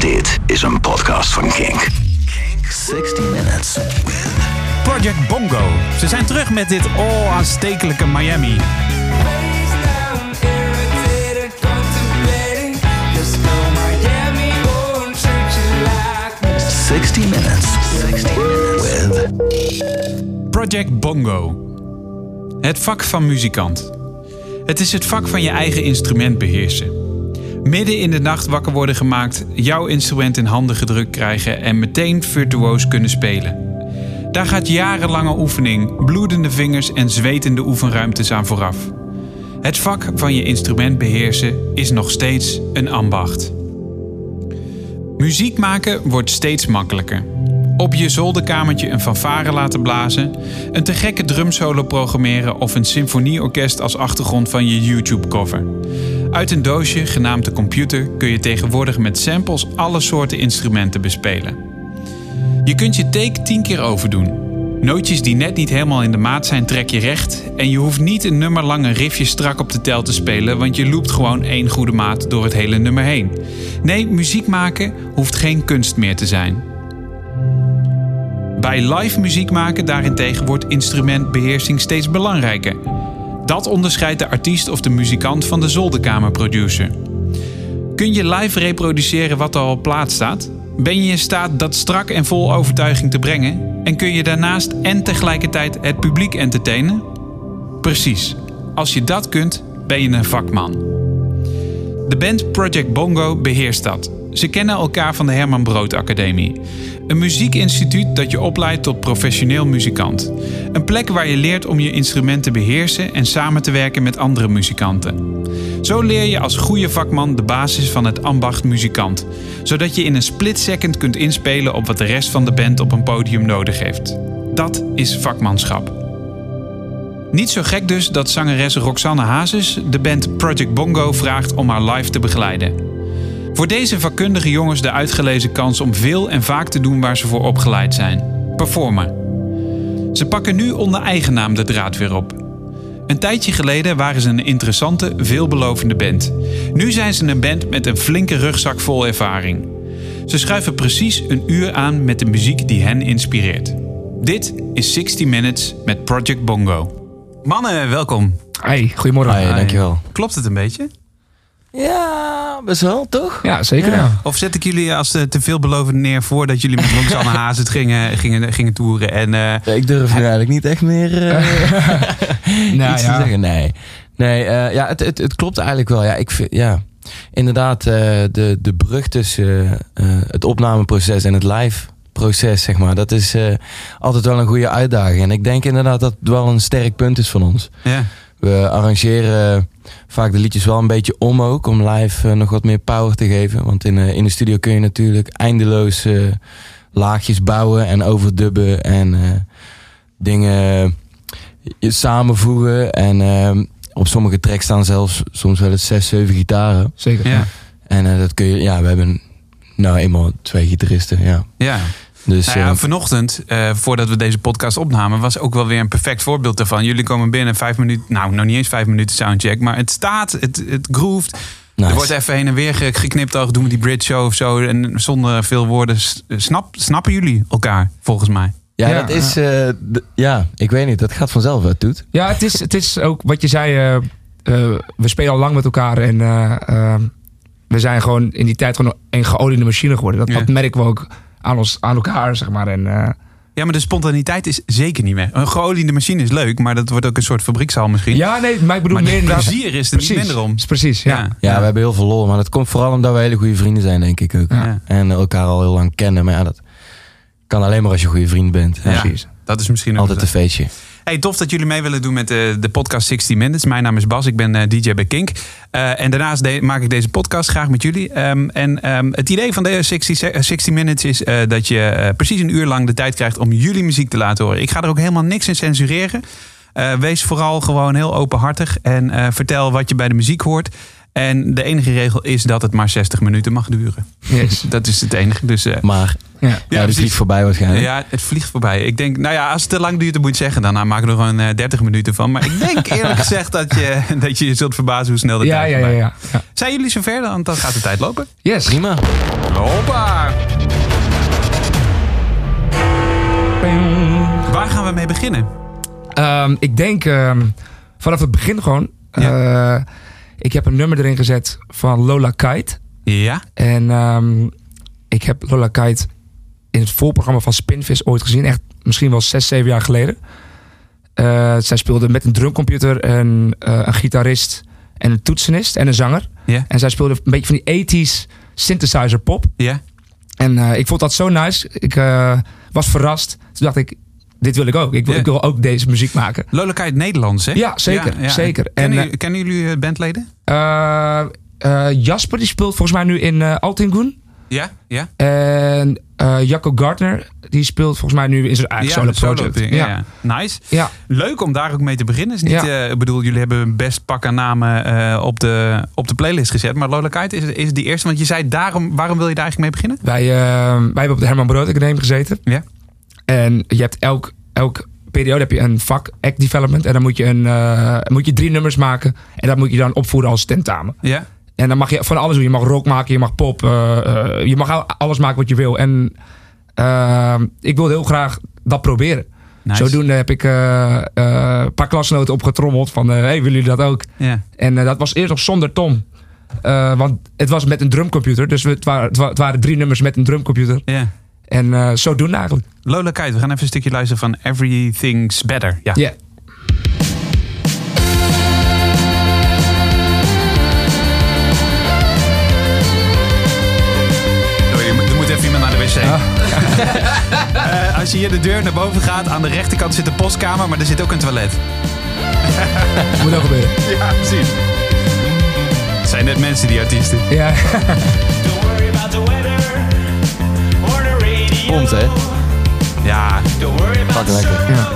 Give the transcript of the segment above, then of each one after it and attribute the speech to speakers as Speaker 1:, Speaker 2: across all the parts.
Speaker 1: Dit is een podcast van Kink. 60 Minutes.
Speaker 2: Project Bongo. Ze zijn terug met dit aanstekelijke Miami.
Speaker 3: Let's go Miami, oh, and treat you like
Speaker 1: 60 Minutes. 60 Minutes. With
Speaker 2: Project Bongo. Het vak van muzikant. Het is het vak van je eigen instrument beheersen. Midden in de nacht wakker worden gemaakt, jouw instrument in handen gedrukt krijgen en meteen virtuoos kunnen spelen. Daar gaat jarenlange oefening, bloedende vingers en zwetende oefenruimtes aan vooraf. Het vak van je instrument beheersen is nog steeds een ambacht. Muziek maken wordt steeds makkelijker. Op je zolderkamertje een fanfare laten blazen, een te gekke drumsolo programmeren of een symfonieorkest als achtergrond van je YouTube-cover. Uit een doosje genaamd de computer kun je tegenwoordig met samples alle soorten instrumenten bespelen. Je kunt je take tien keer overdoen. Nootjes die net niet helemaal in de maat zijn trek je recht en je hoeft niet een nummer lang een riffje strak op de tel te spelen, want je loopt gewoon één goede maat door het hele nummer heen. Nee, muziek maken hoeft geen kunst meer te zijn. Bij live muziek maken daarentegen wordt instrumentbeheersing steeds belangrijker. Dat onderscheidt de artiest of de muzikant van de zolderkamerproducer. Kun je live reproduceren wat er al op plaats staat? Ben je in staat dat strak en vol overtuiging te brengen? En kun je daarnaast en tegelijkertijd het publiek entertainen? Precies. Als je dat kunt, ben je een vakman. De band Project Bongo beheerst dat. Ze kennen elkaar van de Herman Brood Academie. Een muziekinstituut dat je opleidt tot professioneel muzikant. Een plek waar je leert om je instrument te beheersen en samen te werken met andere muzikanten. Zo leer je als goede vakman de basis van het ambacht muzikant, zodat je in een split second kunt inspelen op wat de rest van de band op een podium nodig heeft. Dat is vakmanschap. Niet zo gek dus dat zangeres Roxanne Hazes de band Project Bongo vraagt om haar live te begeleiden. Voor deze vakkundige jongens de uitgelezen kans om veel en vaak te doen waar ze voor opgeleid zijn: performen. Ze pakken nu onder eigen naam de draad weer op. Een tijdje geleden waren ze een interessante, veelbelovende band. Nu zijn ze een band met een flinke rugzak vol ervaring. Ze schuiven precies een uur aan met de muziek die hen inspireert. Dit is 60 Minutes met Project Bongo. Mannen, welkom.
Speaker 4: Hey, goedemorgen.
Speaker 5: Hey, dankjewel.
Speaker 2: Klopt het een beetje?
Speaker 5: Ja, best wel, toch?
Speaker 4: Ja, zeker. Ja.
Speaker 2: Of zet ik jullie als eh, te veelbelovend neer voordat jullie met Roxanne Hazes gingen, gingen, gingen toeren? En, eh,
Speaker 5: ik durf nu eigenlijk niet echt meer eh,
Speaker 4: Nou
Speaker 5: iets
Speaker 4: ja.
Speaker 5: te zeggen. Nee, nee eh, ja, het, het, het klopt eigenlijk wel. Ja, ik vind, ja. Inderdaad, eh, de, de brug tussen eh, het opnameproces en het live proces, zeg maar, dat is eh, altijd wel een goede uitdaging. En ik denk inderdaad dat het wel een sterk punt is van ons.
Speaker 2: ja.
Speaker 5: We arrangeren eh, vaak de liedjes wel een beetje om ook, om live eh, nog wat meer power te geven. Want in, eh, in de studio kun je natuurlijk eindeloos eh, laagjes bouwen en overdubben en eh, dingen eh, samenvoegen. En eh, op sommige tracks staan zelfs soms wel eens zes, zeven gitaren.
Speaker 4: Zeker.
Speaker 2: Ja.
Speaker 5: En eh, dat kun je, ja, we hebben nou eenmaal twee gitaristen, ja.
Speaker 2: ja.
Speaker 5: Dus
Speaker 2: Nou ja,
Speaker 5: eh,
Speaker 2: vanochtend, eh, voordat we deze podcast opnamen, was ook wel weer een perfect voorbeeld daarvan. Jullie komen binnen, vijf minuten, nou, nog niet eens vijf minuten soundcheck, maar het staat, het, het groeft.
Speaker 5: nice.
Speaker 2: Er wordt even heen en weer ge- geknipt, oh, doen we die bridge show of zo. En zonder veel woorden s- snap, snappen jullie elkaar, volgens mij.
Speaker 5: ja,
Speaker 4: ja,
Speaker 5: dat is, eh, d- ja, ik weet niet, dat gaat vanzelf wat doet.
Speaker 4: Ja, het is, het is ook wat je zei. eh, eh, we spelen al lang met elkaar en eh, eh, we zijn gewoon in die tijd gewoon een geoliede machine geworden. Dat,
Speaker 2: Ja.
Speaker 4: dat merken we ook aan, ons, aan elkaar, zeg maar. En, eh,
Speaker 2: Ja, maar de spontaniteit is zeker niet weg. Een geoliede machine is leuk, maar dat wordt ook een soort fabriekszaal misschien.
Speaker 4: ja, nee, maar ik bedoel
Speaker 2: maar
Speaker 4: meer
Speaker 2: het
Speaker 4: inderdaad-
Speaker 2: plezier is er
Speaker 4: Precies,
Speaker 2: niet minder om.
Speaker 4: Precies, ja.
Speaker 5: Ja, we hebben heel veel lol, maar dat komt vooral omdat we hele goede vrienden zijn, denk ik ook.
Speaker 2: Ja.
Speaker 5: En elkaar al heel lang kennen, maar ja, dat kan alleen maar als je een goede vriend bent.
Speaker 2: Ja.
Speaker 4: Precies.
Speaker 2: Dat is misschien ook
Speaker 5: Altijd een feestje.
Speaker 2: Hey, tof dat jullie mee willen doen met eh, de podcast 60 Minutes. Mijn naam is Bas, ik ben eh, DJ bij Kink. Eh, en daarnaast de- maak ik deze podcast graag met jullie. Ehm, en ehm, het idee van de 60, se- eh, 60 Minutes is eh, dat je eh, precies een uur lang de tijd krijgt om jullie muziek te laten horen. Ik ga er ook helemaal niks in censureren. Eh, wees vooral gewoon heel openhartig en eh, vertel wat je bij de muziek hoort. En de enige regel is dat het maar 60 minuten mag duren.
Speaker 4: Yes.
Speaker 2: Dat is het enige. Dus eh,
Speaker 5: Maar
Speaker 4: Ja.
Speaker 5: Ja, dus
Speaker 2: precies.
Speaker 5: vliegt voorbij waarschijnlijk.
Speaker 2: Ja, het vliegt voorbij. Ik denk, nou ja, als het te lang duurt, dan moet je het zeggen. Daarna maak ik er gewoon eh, 30 minuten van. Maar ik denk eerlijk gezegd dat je dat je, je zult verbazen hoe snel de
Speaker 4: Ja,
Speaker 2: tijd
Speaker 4: ja, ja,
Speaker 2: voorbij
Speaker 4: ja. ja.
Speaker 2: is. Zijn jullie zover? Dan, dan gaat de tijd lopen.
Speaker 4: Yes.
Speaker 5: Prima.
Speaker 2: Hoppa! Waar gaan we mee beginnen?
Speaker 4: Ehm, ik denk ehm, vanaf het begin gewoon. eh, ik heb een nummer erin gezet van Lola Kite.
Speaker 2: Ja,
Speaker 4: En ehm, ik heb Lola Kite in het voorprogramma van Spinvis ooit gezien. Echt misschien wel zes, zeven jaar geleden. Eh, zij speelde met een drumcomputer, en, eh, een gitarist en een toetsenist en een zanger.
Speaker 2: Ja.
Speaker 4: En zij speelde een beetje van die 80s synthesizer pop.
Speaker 2: ja.
Speaker 4: En eh, ik vond dat zo nice. Ik eh, was verrast. Toen dacht ik, dit wil ik ook. Ik wil,
Speaker 2: Ja.
Speaker 4: ik wil ook deze muziek maken.
Speaker 2: Lolokheid Nederlands, hè?
Speaker 4: Ja, zeker, zeker.
Speaker 2: Kennen,
Speaker 4: En,
Speaker 2: jullie- kennen jullie eh, bandleden?
Speaker 4: Eh, eh, Jasper die speelt volgens mij nu in eh Altingun.
Speaker 2: Ja, ja.
Speaker 4: En eh, Jacco Gardner die speelt volgens mij nu in zijn eigen
Speaker 2: ja,
Speaker 4: solo
Speaker 2: de solo
Speaker 4: project.
Speaker 2: ding, ja. ja. Nice.
Speaker 4: Ja.
Speaker 2: Leuk om daar ook mee te beginnen. Is niet,
Speaker 4: Ja.
Speaker 2: eh, ik bedoel, jullie hebben best pak aan namen eh, op, de, op de playlist gezet. Maar Lolokheid is, is die eerste. Want je zei, daarom, waarom wil je daar eigenlijk mee beginnen?
Speaker 4: Wij, eh, wij hebben op de Herman Brood Academie gezeten.
Speaker 2: Ja.
Speaker 4: En je hebt elk, elk periode heb je een vak act development. En dan moet je, een, eh, moet je drie nummers maken. En dat moet je dan opvoeren als tentamen.
Speaker 2: Ja,
Speaker 4: En dan mag je van alles doen. Je mag rock maken, je mag pop. eh, eh, je mag al- alles maken wat je wil. En eh, ik wilde heel graag dat proberen.
Speaker 2: nice.
Speaker 4: Zodoende heb ik eh, eh, een paar klasgenoten opgetrommeld van, eh, hey, willen jullie dat ook?
Speaker 2: Ja.
Speaker 4: En eh, dat was eerst nog zonder Tom. Eh, want het was met een drumcomputer. Dus we, het, waren, het wa- het waren drie nummers met een drumcomputer.
Speaker 2: ja.
Speaker 4: En eh, zodoende eigenlijk.
Speaker 2: Lola Kite, we gaan even een stukje luisteren van Everything's Better. Ja.
Speaker 4: Ja.
Speaker 2: Sorry, er moet- er moet even iemand naar de wc. Eh, als je hier de deur naar boven gaat, aan de rechterkant zit de postkamer, maar er zit ook een toilet.
Speaker 4: Moet ook gebeuren.
Speaker 2: Ja, precies. Het zijn net mensen, die artiesten.
Speaker 4: Ja.
Speaker 6: Don't worry about the weather or the radio.
Speaker 5: Komt, hè?
Speaker 2: Ja,
Speaker 6: Don't worry about
Speaker 5: Fucking lekker.
Speaker 6: sorrow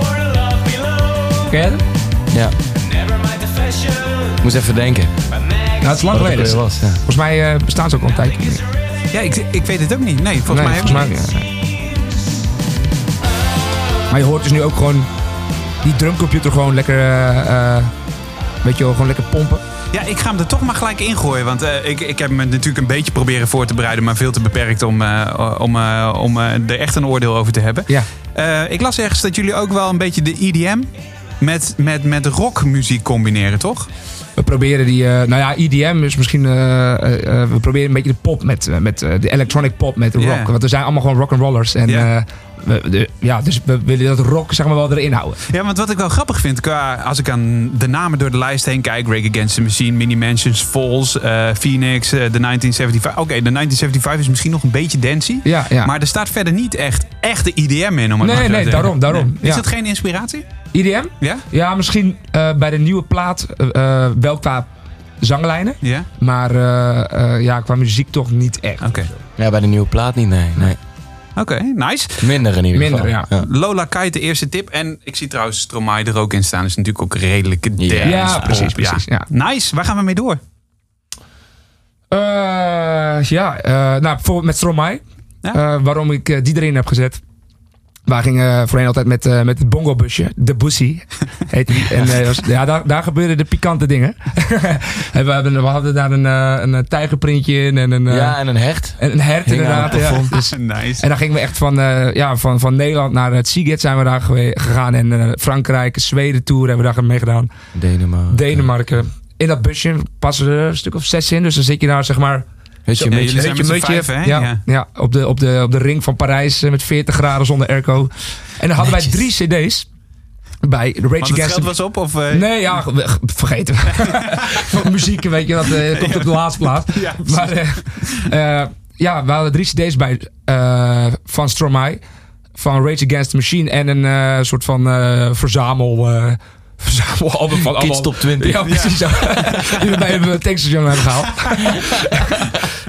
Speaker 6: or the love below.
Speaker 4: Ken je dat?
Speaker 5: Ja.
Speaker 6: Never mind the fashion,
Speaker 5: Moest even denken.
Speaker 6: but next
Speaker 4: Nou, het is lang
Speaker 5: Wat het
Speaker 4: geleden.
Speaker 5: ook weer was. Ja.
Speaker 4: Volgens mij eh, bestaan ze ook al een tijdje niet meer.
Speaker 2: ja ik, ik weet het ook niet. Nee, volgens mij
Speaker 4: Nee,
Speaker 2: hebben we
Speaker 4: volgens mij niet. Nee. Maar je hoort dus nu ook gewoon die drumcomputer gewoon lekker, eh, eh, weet je wel, gewoon lekker pompen.
Speaker 2: Ja, ik ga hem er toch maar gelijk ingooien. Want eh, ik, ik heb me natuurlijk een beetje proberen voor te bereiden, maar veel te beperkt om, eh, om, eh, om eh, er echt een oordeel over te hebben.
Speaker 4: Ja.
Speaker 2: Eh, ik las ergens dat jullie ook wel een beetje de EDM met, met, met rockmuziek combineren, toch?
Speaker 4: We proberen die, eh, nou ja, EDM is misschien, eh, eh, eh, we proberen een beetje de pop met, eh, met eh, de electronic pop met de
Speaker 2: Ja.
Speaker 4: rock. Want we zijn allemaal gewoon rock and rollers. En
Speaker 2: Ja.
Speaker 4: eh, we- de- ja, dus we willen dat rock zeg maar wel erin houden.
Speaker 2: Ja, want wat ik wel grappig vind, qua, als ik aan de namen door de lijst heen kijk... Rage Against the Machine, Mini Mansions, Falls, eh, Phoenix, eh, de 1975... Oké, de 1975 is misschien nog een beetje dancey.
Speaker 4: Ja, ja.
Speaker 2: Maar er staat verder niet echt echte IDM in. Om het
Speaker 4: Nee,
Speaker 2: maar zo
Speaker 4: nee,
Speaker 2: te zeggen.
Speaker 4: daarom, daarom,
Speaker 2: Is
Speaker 4: ja.
Speaker 2: dat geen inspiratie?
Speaker 4: EDM?
Speaker 2: Ja?
Speaker 4: E Ja, misschien eh, bij de nieuwe plaat eh, eh, wel qua zanglijnen.
Speaker 2: Ja?
Speaker 4: Maar eh, eh, ja, qua muziek toch niet echt.
Speaker 2: Oké.
Speaker 5: ja, bij de nieuwe plaat niet, nee. nee.
Speaker 2: Oké, nice.
Speaker 5: Minder in ieder
Speaker 4: Minder,
Speaker 5: geval.
Speaker 4: ja.
Speaker 2: Lola Kite, de eerste tip. En ik zie trouwens Stromae er ook in staan. Is natuurlijk ook redelijk dance.
Speaker 5: Ja,
Speaker 4: Ja, precies,
Speaker 2: Ja.
Speaker 4: precies, ja.
Speaker 2: Nice, waar gaan we mee door?
Speaker 4: Eh, ja, eh, nou, bijvoorbeeld met Stromae.
Speaker 2: Ja.
Speaker 4: Eh, waarom ik eh, die erin heb gezet. Wij gingen voorheen altijd met, eh, met het bongobusje. De Bussie heette die. En, eh, was- ja, daar, daar gebeuren de pikante dingen. En we, hebben, we hadden daar een, eh, een eh, tijgerprintje in en een, eh,
Speaker 5: Ja, en een hert.
Speaker 4: en een hert
Speaker 5: hing aan
Speaker 4: inderdaad.
Speaker 5: het
Speaker 4: ja.
Speaker 5: plafond.
Speaker 4: Dus-
Speaker 2: Nice.
Speaker 4: en dan gingen we echt van, eh, ja, van, van Nederland naar het Seagate zijn we daar gewe- gegaan. En eh, Frankrijk, Zweden Tour hebben we daar meegedaan.
Speaker 5: Denemarken.
Speaker 4: Denemarken. In dat busje passen er een stuk of zes in. Dus dan zit je daar zeg maar
Speaker 5: Weet je,
Speaker 2: Ja,
Speaker 5: een beetje-
Speaker 2: jullie zijn met z'n
Speaker 4: Mutje,
Speaker 2: vijven, hè?
Speaker 4: ja,
Speaker 2: Ja.
Speaker 4: ja. op, de, op, de, op de ring van Parijs eh, met 40 graden zonder airco. En dan hadden wij drie
Speaker 5: Netjes.
Speaker 4: cd's bij de Rage
Speaker 2: Want het
Speaker 4: Against the
Speaker 2: geld was op? Of, eh,
Speaker 4: Nee, ja, ge- ge- vergeten. Voor muziek, weet je, dat eh, komt op de laatste plaats.
Speaker 2: Ja, precies.
Speaker 4: maar eh, eh, ja, we hadden drie cd's bij eh, van Stromae, van Rage Against the Machine en een eh, soort van eh, verzamel... eh verzamelalbum van
Speaker 5: Kids
Speaker 4: allemaal-
Speaker 5: Top 20.
Speaker 4: Ja, precies. zo. Die we bij een tankstation hebben gehaald.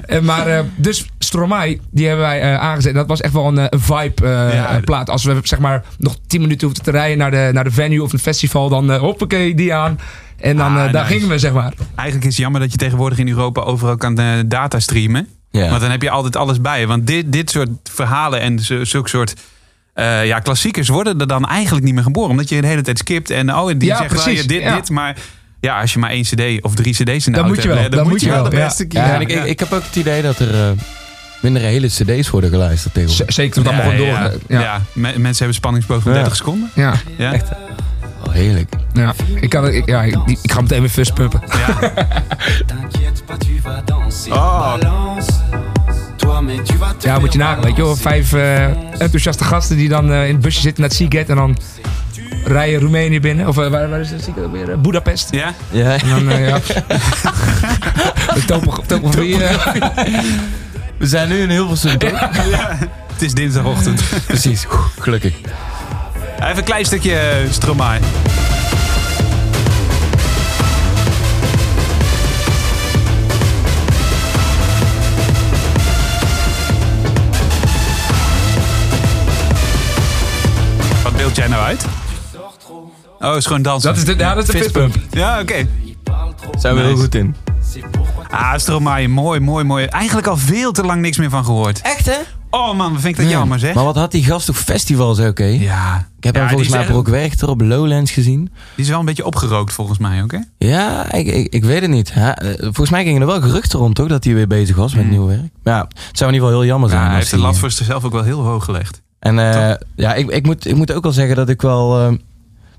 Speaker 4: Eh, maar eh, dus Stromae, die hebben wij eh, aangezet. Dat was echt wel een eh, een vibe eh,
Speaker 2: Ja.
Speaker 4: eh, plaat. Als we zeg maar nog 10 minuten hoefden te rijden naar de, naar de venue of een festival, dan eh, hoppakee, die aan. En dan
Speaker 2: Ah,
Speaker 4: eh, daar
Speaker 2: nice.
Speaker 4: gingen we, zeg maar.
Speaker 2: Eigenlijk is het jammer dat je tegenwoordig in Europa overal kan eh, data streamen.
Speaker 5: Ja.
Speaker 2: Want dan heb je altijd alles bij je. Want dit, dit soort verhalen en zo- zulke soort eh, ja, klassiekers worden er dan eigenlijk niet meer geboren. Omdat je de hele tijd skipt en oh, die
Speaker 4: Ja,
Speaker 2: zegt wel,
Speaker 4: precies,
Speaker 2: je dit,
Speaker 4: ja.
Speaker 2: dit. Maar ja, als je maar één cd of drie cd's in de
Speaker 4: Dan
Speaker 2: auto
Speaker 4: moet je
Speaker 2: hebt,
Speaker 4: wel,
Speaker 2: hè, dan, moet je wel de
Speaker 4: ja.
Speaker 2: beste kiezen.
Speaker 5: Ja, en ik, ik, ik heb ook het idee dat er eh, minder hele cd's worden geluisterd
Speaker 4: Z-
Speaker 5: tegenwoordig.
Speaker 4: zeker toen het allemaal gewoon door.
Speaker 2: Ja.
Speaker 4: Ja. Ja.
Speaker 2: Ja, me- mensen hebben spanningsboog van
Speaker 5: Ja.
Speaker 2: 30 seconden.
Speaker 4: Ja.
Speaker 2: Ja.
Speaker 5: Oh, heerlijk.
Speaker 4: ja. Ik, kan, ik, ja, ik, ik ga meteen mijn fus pumpen.
Speaker 7: T'inquiète pas, tu vas danser.
Speaker 2: Oh.
Speaker 7: Balance. Toi, mais tu vas te
Speaker 4: Ja,
Speaker 7: faire
Speaker 4: moet je nagaan, weet je wel.
Speaker 7: balancer.
Speaker 4: Vijf eh, enthousiaste gasten die dan eh, in het busje zitten naar het Seagate en dan rijden Roemenië binnen. Of eh, waar, waar is het Seagate ook weer? Eh, Budapest.
Speaker 2: Ja?
Speaker 5: Ja.
Speaker 4: En dan, eh, ja. De topo- topografie. eh.
Speaker 5: We zijn nu in Hilversum, toch?
Speaker 2: Het is dinsdagochtend.
Speaker 5: Precies. Oeh, Gelukkig.
Speaker 2: Even een klein stukje eh, Stromae. Wat beeld jij nou uit? Oh, is gewoon dansen.
Speaker 4: Dat is de, ja, dat is de fistpump.
Speaker 2: Ja, oké.
Speaker 5: Zijn we heel
Speaker 2: Nice.
Speaker 5: goed in.
Speaker 2: Ah, Stromae, mooi, mooi, mooi. Eigenlijk al veel te lang niks meer van gehoord.
Speaker 5: Echt, hè?
Speaker 2: Oh man, wat vind ik dat jammer zeg.
Speaker 5: Maar wat had die gast toch festivals ook, hè?
Speaker 2: Ja.
Speaker 5: Ik heb
Speaker 2: Ja,
Speaker 5: hem volgens
Speaker 2: die
Speaker 5: mij
Speaker 2: is
Speaker 5: op
Speaker 2: echt-
Speaker 5: Rock Werchter op Lowlands gezien.
Speaker 2: Die is wel een beetje opgerookt volgens mij ook hè?
Speaker 5: Ja, ik, ik, ik weet het niet. Ha, eh, volgens mij gingen er wel geruchten rond, toch? Dat hij weer bezig was met nieuw werk. Maar ja, het zou in ieder geval heel jammer zijn.
Speaker 2: Hmm. Ja, hij
Speaker 5: als
Speaker 2: heeft de lat
Speaker 5: hij-
Speaker 2: voor zichzelf ook wel heel hoog gelegd.
Speaker 5: En eh, ja, ik, ik, moet, ik moet ook wel zeggen dat ik wel eh,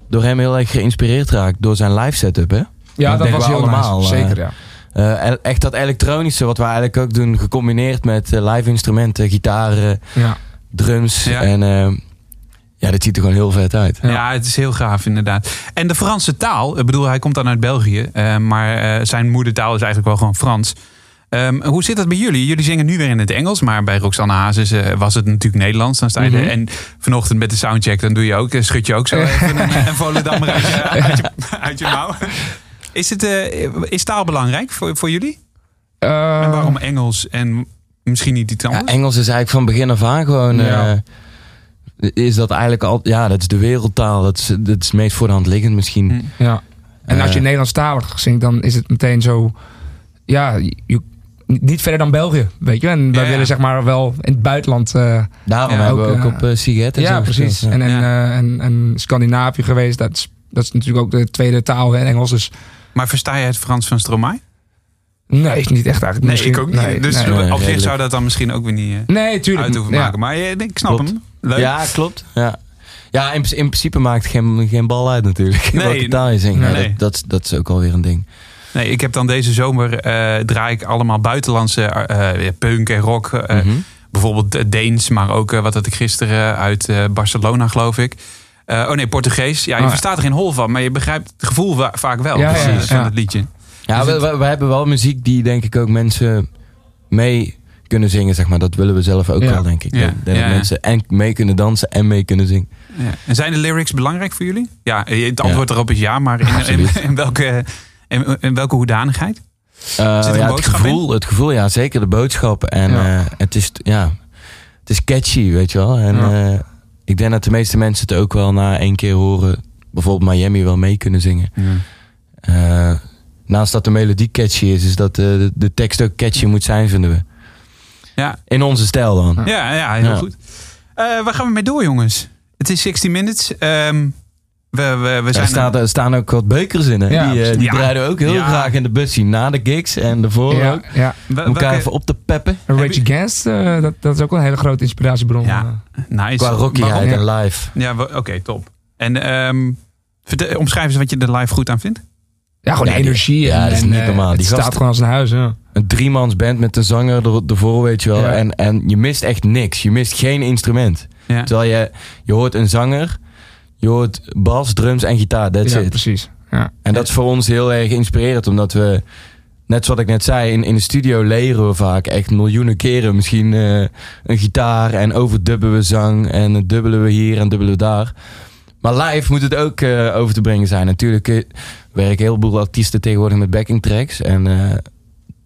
Speaker 5: door hem heel erg geïnspireerd raak door zijn live setup, hè?
Speaker 4: Ja, dat
Speaker 5: denken
Speaker 4: was
Speaker 5: we
Speaker 4: heel normaal.
Speaker 5: allemaal, eh.
Speaker 4: Zeker, ja.
Speaker 5: Eh, en echt dat elektronische, wat wij eigenlijk ook doen, gecombineerd met eh, live instrumenten, gitaren,
Speaker 4: ja.
Speaker 5: drums.
Speaker 2: Ja.
Speaker 5: En eh, ja, dat ziet er gewoon heel vet uit.
Speaker 2: Ja.
Speaker 4: Ja.
Speaker 2: het is heel gaaf inderdaad. En de Franse taal, ik bedoel, hij komt dan uit België, eh, maar eh, zijn moedertaal is eigenlijk wel gewoon Frans. Ehm, hoe zit dat bij jullie? Jullie zingen nu weer in het Engels, maar bij Roxanne Hazes eh, was het natuurlijk Nederlands. Dan sta je er-
Speaker 5: Mhm.
Speaker 2: en vanochtend met de soundcheck, dan doe je ook, eh, schud je ook zo even een, een Volendammer uit je, uit je, uit je mouw. Is, het, eh, is taal belangrijk voor, voor jullie?
Speaker 4: Eh,
Speaker 2: en waarom Engels en misschien niet iets
Speaker 5: Ja,
Speaker 2: anders?
Speaker 5: Engels is eigenlijk van begin af aan gewoon.
Speaker 4: Ja.
Speaker 5: eh, is dat eigenlijk al. Ja, dat is de wereldtaal. Dat is, dat is het meest voor de hand liggend misschien.
Speaker 2: Hm.
Speaker 4: Ja. En als je
Speaker 5: Eh.
Speaker 4: Nederlandstalig zingt, dan is het meteen zo. Ja, je- niet verder dan België, weet je. En wij
Speaker 2: Ja, ja.
Speaker 4: willen zeg maar wel in het buitenland. eh,
Speaker 5: Daarom
Speaker 2: Ja,
Speaker 5: hebben we
Speaker 4: ook,
Speaker 5: ook
Speaker 4: eh,
Speaker 5: op eh, Siget en zo
Speaker 4: ja,
Speaker 5: gespeeld,
Speaker 4: precies.
Speaker 5: ja.
Speaker 4: En, en,
Speaker 2: Ja.
Speaker 4: eh, en, en Scandinavië geweest, dat is, dat is natuurlijk ook de tweede taal in Engels. Dus
Speaker 2: Maar versta je het Frans van Stromae?
Speaker 4: nee, niet echt eigenlijk.
Speaker 2: Nee,
Speaker 4: Misschien-
Speaker 2: ik ook niet.
Speaker 4: Nee,
Speaker 2: dus
Speaker 4: nee.
Speaker 5: Nee,
Speaker 2: op zich
Speaker 5: redelijk.
Speaker 2: zou dat dan misschien ook weer niet... eh,
Speaker 4: Nee, tuurlijk.
Speaker 2: uit te hoeven
Speaker 4: ja.
Speaker 2: maken. Maar eh, ik snap
Speaker 5: Klopt.
Speaker 2: hem. Leuk.
Speaker 5: Ja, klopt. Ja, ja in, in principe maakt het geen, geen bal uit natuurlijk.
Speaker 2: Nee.
Speaker 5: Welke taal je zingt. Ja,
Speaker 2: Nee.
Speaker 5: dat, dat, is- dat is ook alweer een ding.
Speaker 2: Nee, ik heb dan deze zomer eh, draai ik allemaal buitenlandse eh, eh, punk en rock. eh,
Speaker 5: Mhm.
Speaker 2: Bijvoorbeeld eh, Deens, maar ook eh, wat had ik gisteren uit eh, Barcelona, geloof ik. Eh, oh nee, Portugees. Ja, je
Speaker 4: Oh, ja.
Speaker 2: verstaat er geen hol van, maar je begrijpt het gevoel wa- vaak wel.
Speaker 4: Ja, ja,
Speaker 2: precies,
Speaker 4: ja.
Speaker 2: van het liedje.
Speaker 5: Ja,
Speaker 2: Dus
Speaker 5: we,
Speaker 2: het-
Speaker 5: we- we hebben wel muziek die denk ik ook mensen mee kunnen zingen, zeg maar. Dat willen we zelf ook
Speaker 4: Ja.
Speaker 5: wel, denk ik.
Speaker 2: Ja.
Speaker 5: Dat, dat
Speaker 2: Ja, ja.
Speaker 5: mensen en mee kunnen dansen en mee kunnen zingen.
Speaker 2: Ja. En zijn de lyrics belangrijk voor jullie? Ja, eh, het antwoord erop is ja, maar in, in,
Speaker 5: Absoluut.
Speaker 2: in welke, in, in welke hoedanigheid?
Speaker 5: Eh,
Speaker 2: Zit er een
Speaker 5: ja, het
Speaker 2: boodschap
Speaker 5: gevoel, het gevoel, ja, zeker de boodschap. En
Speaker 4: Ja.
Speaker 5: eh, het, is, ja, het is catchy, weet je wel. En
Speaker 4: Ja.
Speaker 5: eh, ik denk dat de meeste mensen het ook wel na één keer horen, bijvoorbeeld Miami, wel mee kunnen zingen. Eh, naast dat de melodie catchy is, is dat eh, de, de tekst ook catchy moet zijn, vinden we.
Speaker 2: Ja.
Speaker 5: In onze stijl dan.
Speaker 2: Ja, ja heel
Speaker 5: Ja.
Speaker 2: goed. Eh, waar gaan we mee door, jongens? Het is 60 Minutes. Ehm, we, we, we
Speaker 5: Er,
Speaker 2: zijn
Speaker 5: staat, er staan ook wat beukers in, hè?
Speaker 4: Ja,
Speaker 5: die eh, die
Speaker 2: Ja.
Speaker 5: draaien we ook heel
Speaker 2: Ja.
Speaker 5: graag in de bus zien. Na de gigs en daarvoor
Speaker 4: Ja,
Speaker 5: ook.
Speaker 4: ja.
Speaker 2: we-
Speaker 5: Om elkaar
Speaker 2: welke-
Speaker 5: even op te peppen.
Speaker 4: Rage Against, eh, dat, dat is ook wel een hele grote inspiratiebron.
Speaker 2: Ja. Nice.
Speaker 5: Qua
Speaker 2: Waarom-
Speaker 5: rockigheid
Speaker 4: ja.
Speaker 5: en live.
Speaker 2: Ja, wa- oké, top. En ehm, vertel- omschrijf eens wat je er live goed aan vindt.
Speaker 4: Ja, gewoon
Speaker 5: Ja,
Speaker 4: de
Speaker 5: die-
Speaker 4: energie.
Speaker 5: ja,
Speaker 4: en-
Speaker 5: dat is
Speaker 4: en,
Speaker 5: niet
Speaker 4: eh,
Speaker 5: normaal.
Speaker 4: Het
Speaker 5: Die
Speaker 4: staat
Speaker 5: gasten-
Speaker 4: gewoon als een huis. Ja.
Speaker 5: een driemans band met een zanger er- ervoor, weet je wel.
Speaker 4: Ja.
Speaker 5: En, en je mist echt niks. Je mist geen instrument.
Speaker 2: Ja.
Speaker 5: Terwijl je, je hoort een zanger, je hoort bas, drums en gitaar. That's
Speaker 4: ja,
Speaker 5: it.
Speaker 4: precies. Ja.
Speaker 5: En dat is voor ons heel erg inspirerend, omdat we, net zoals ik net zei, in, in de studio leren we vaak echt miljoenen keren misschien eh, een gitaar en overdubben we zang en dubbelen we hier en dubbelen we daar. Maar live moet het ook eh, over te brengen zijn. Natuurlijk eh, werken heel veel artiesten tegenwoordig met backing tracks en eh,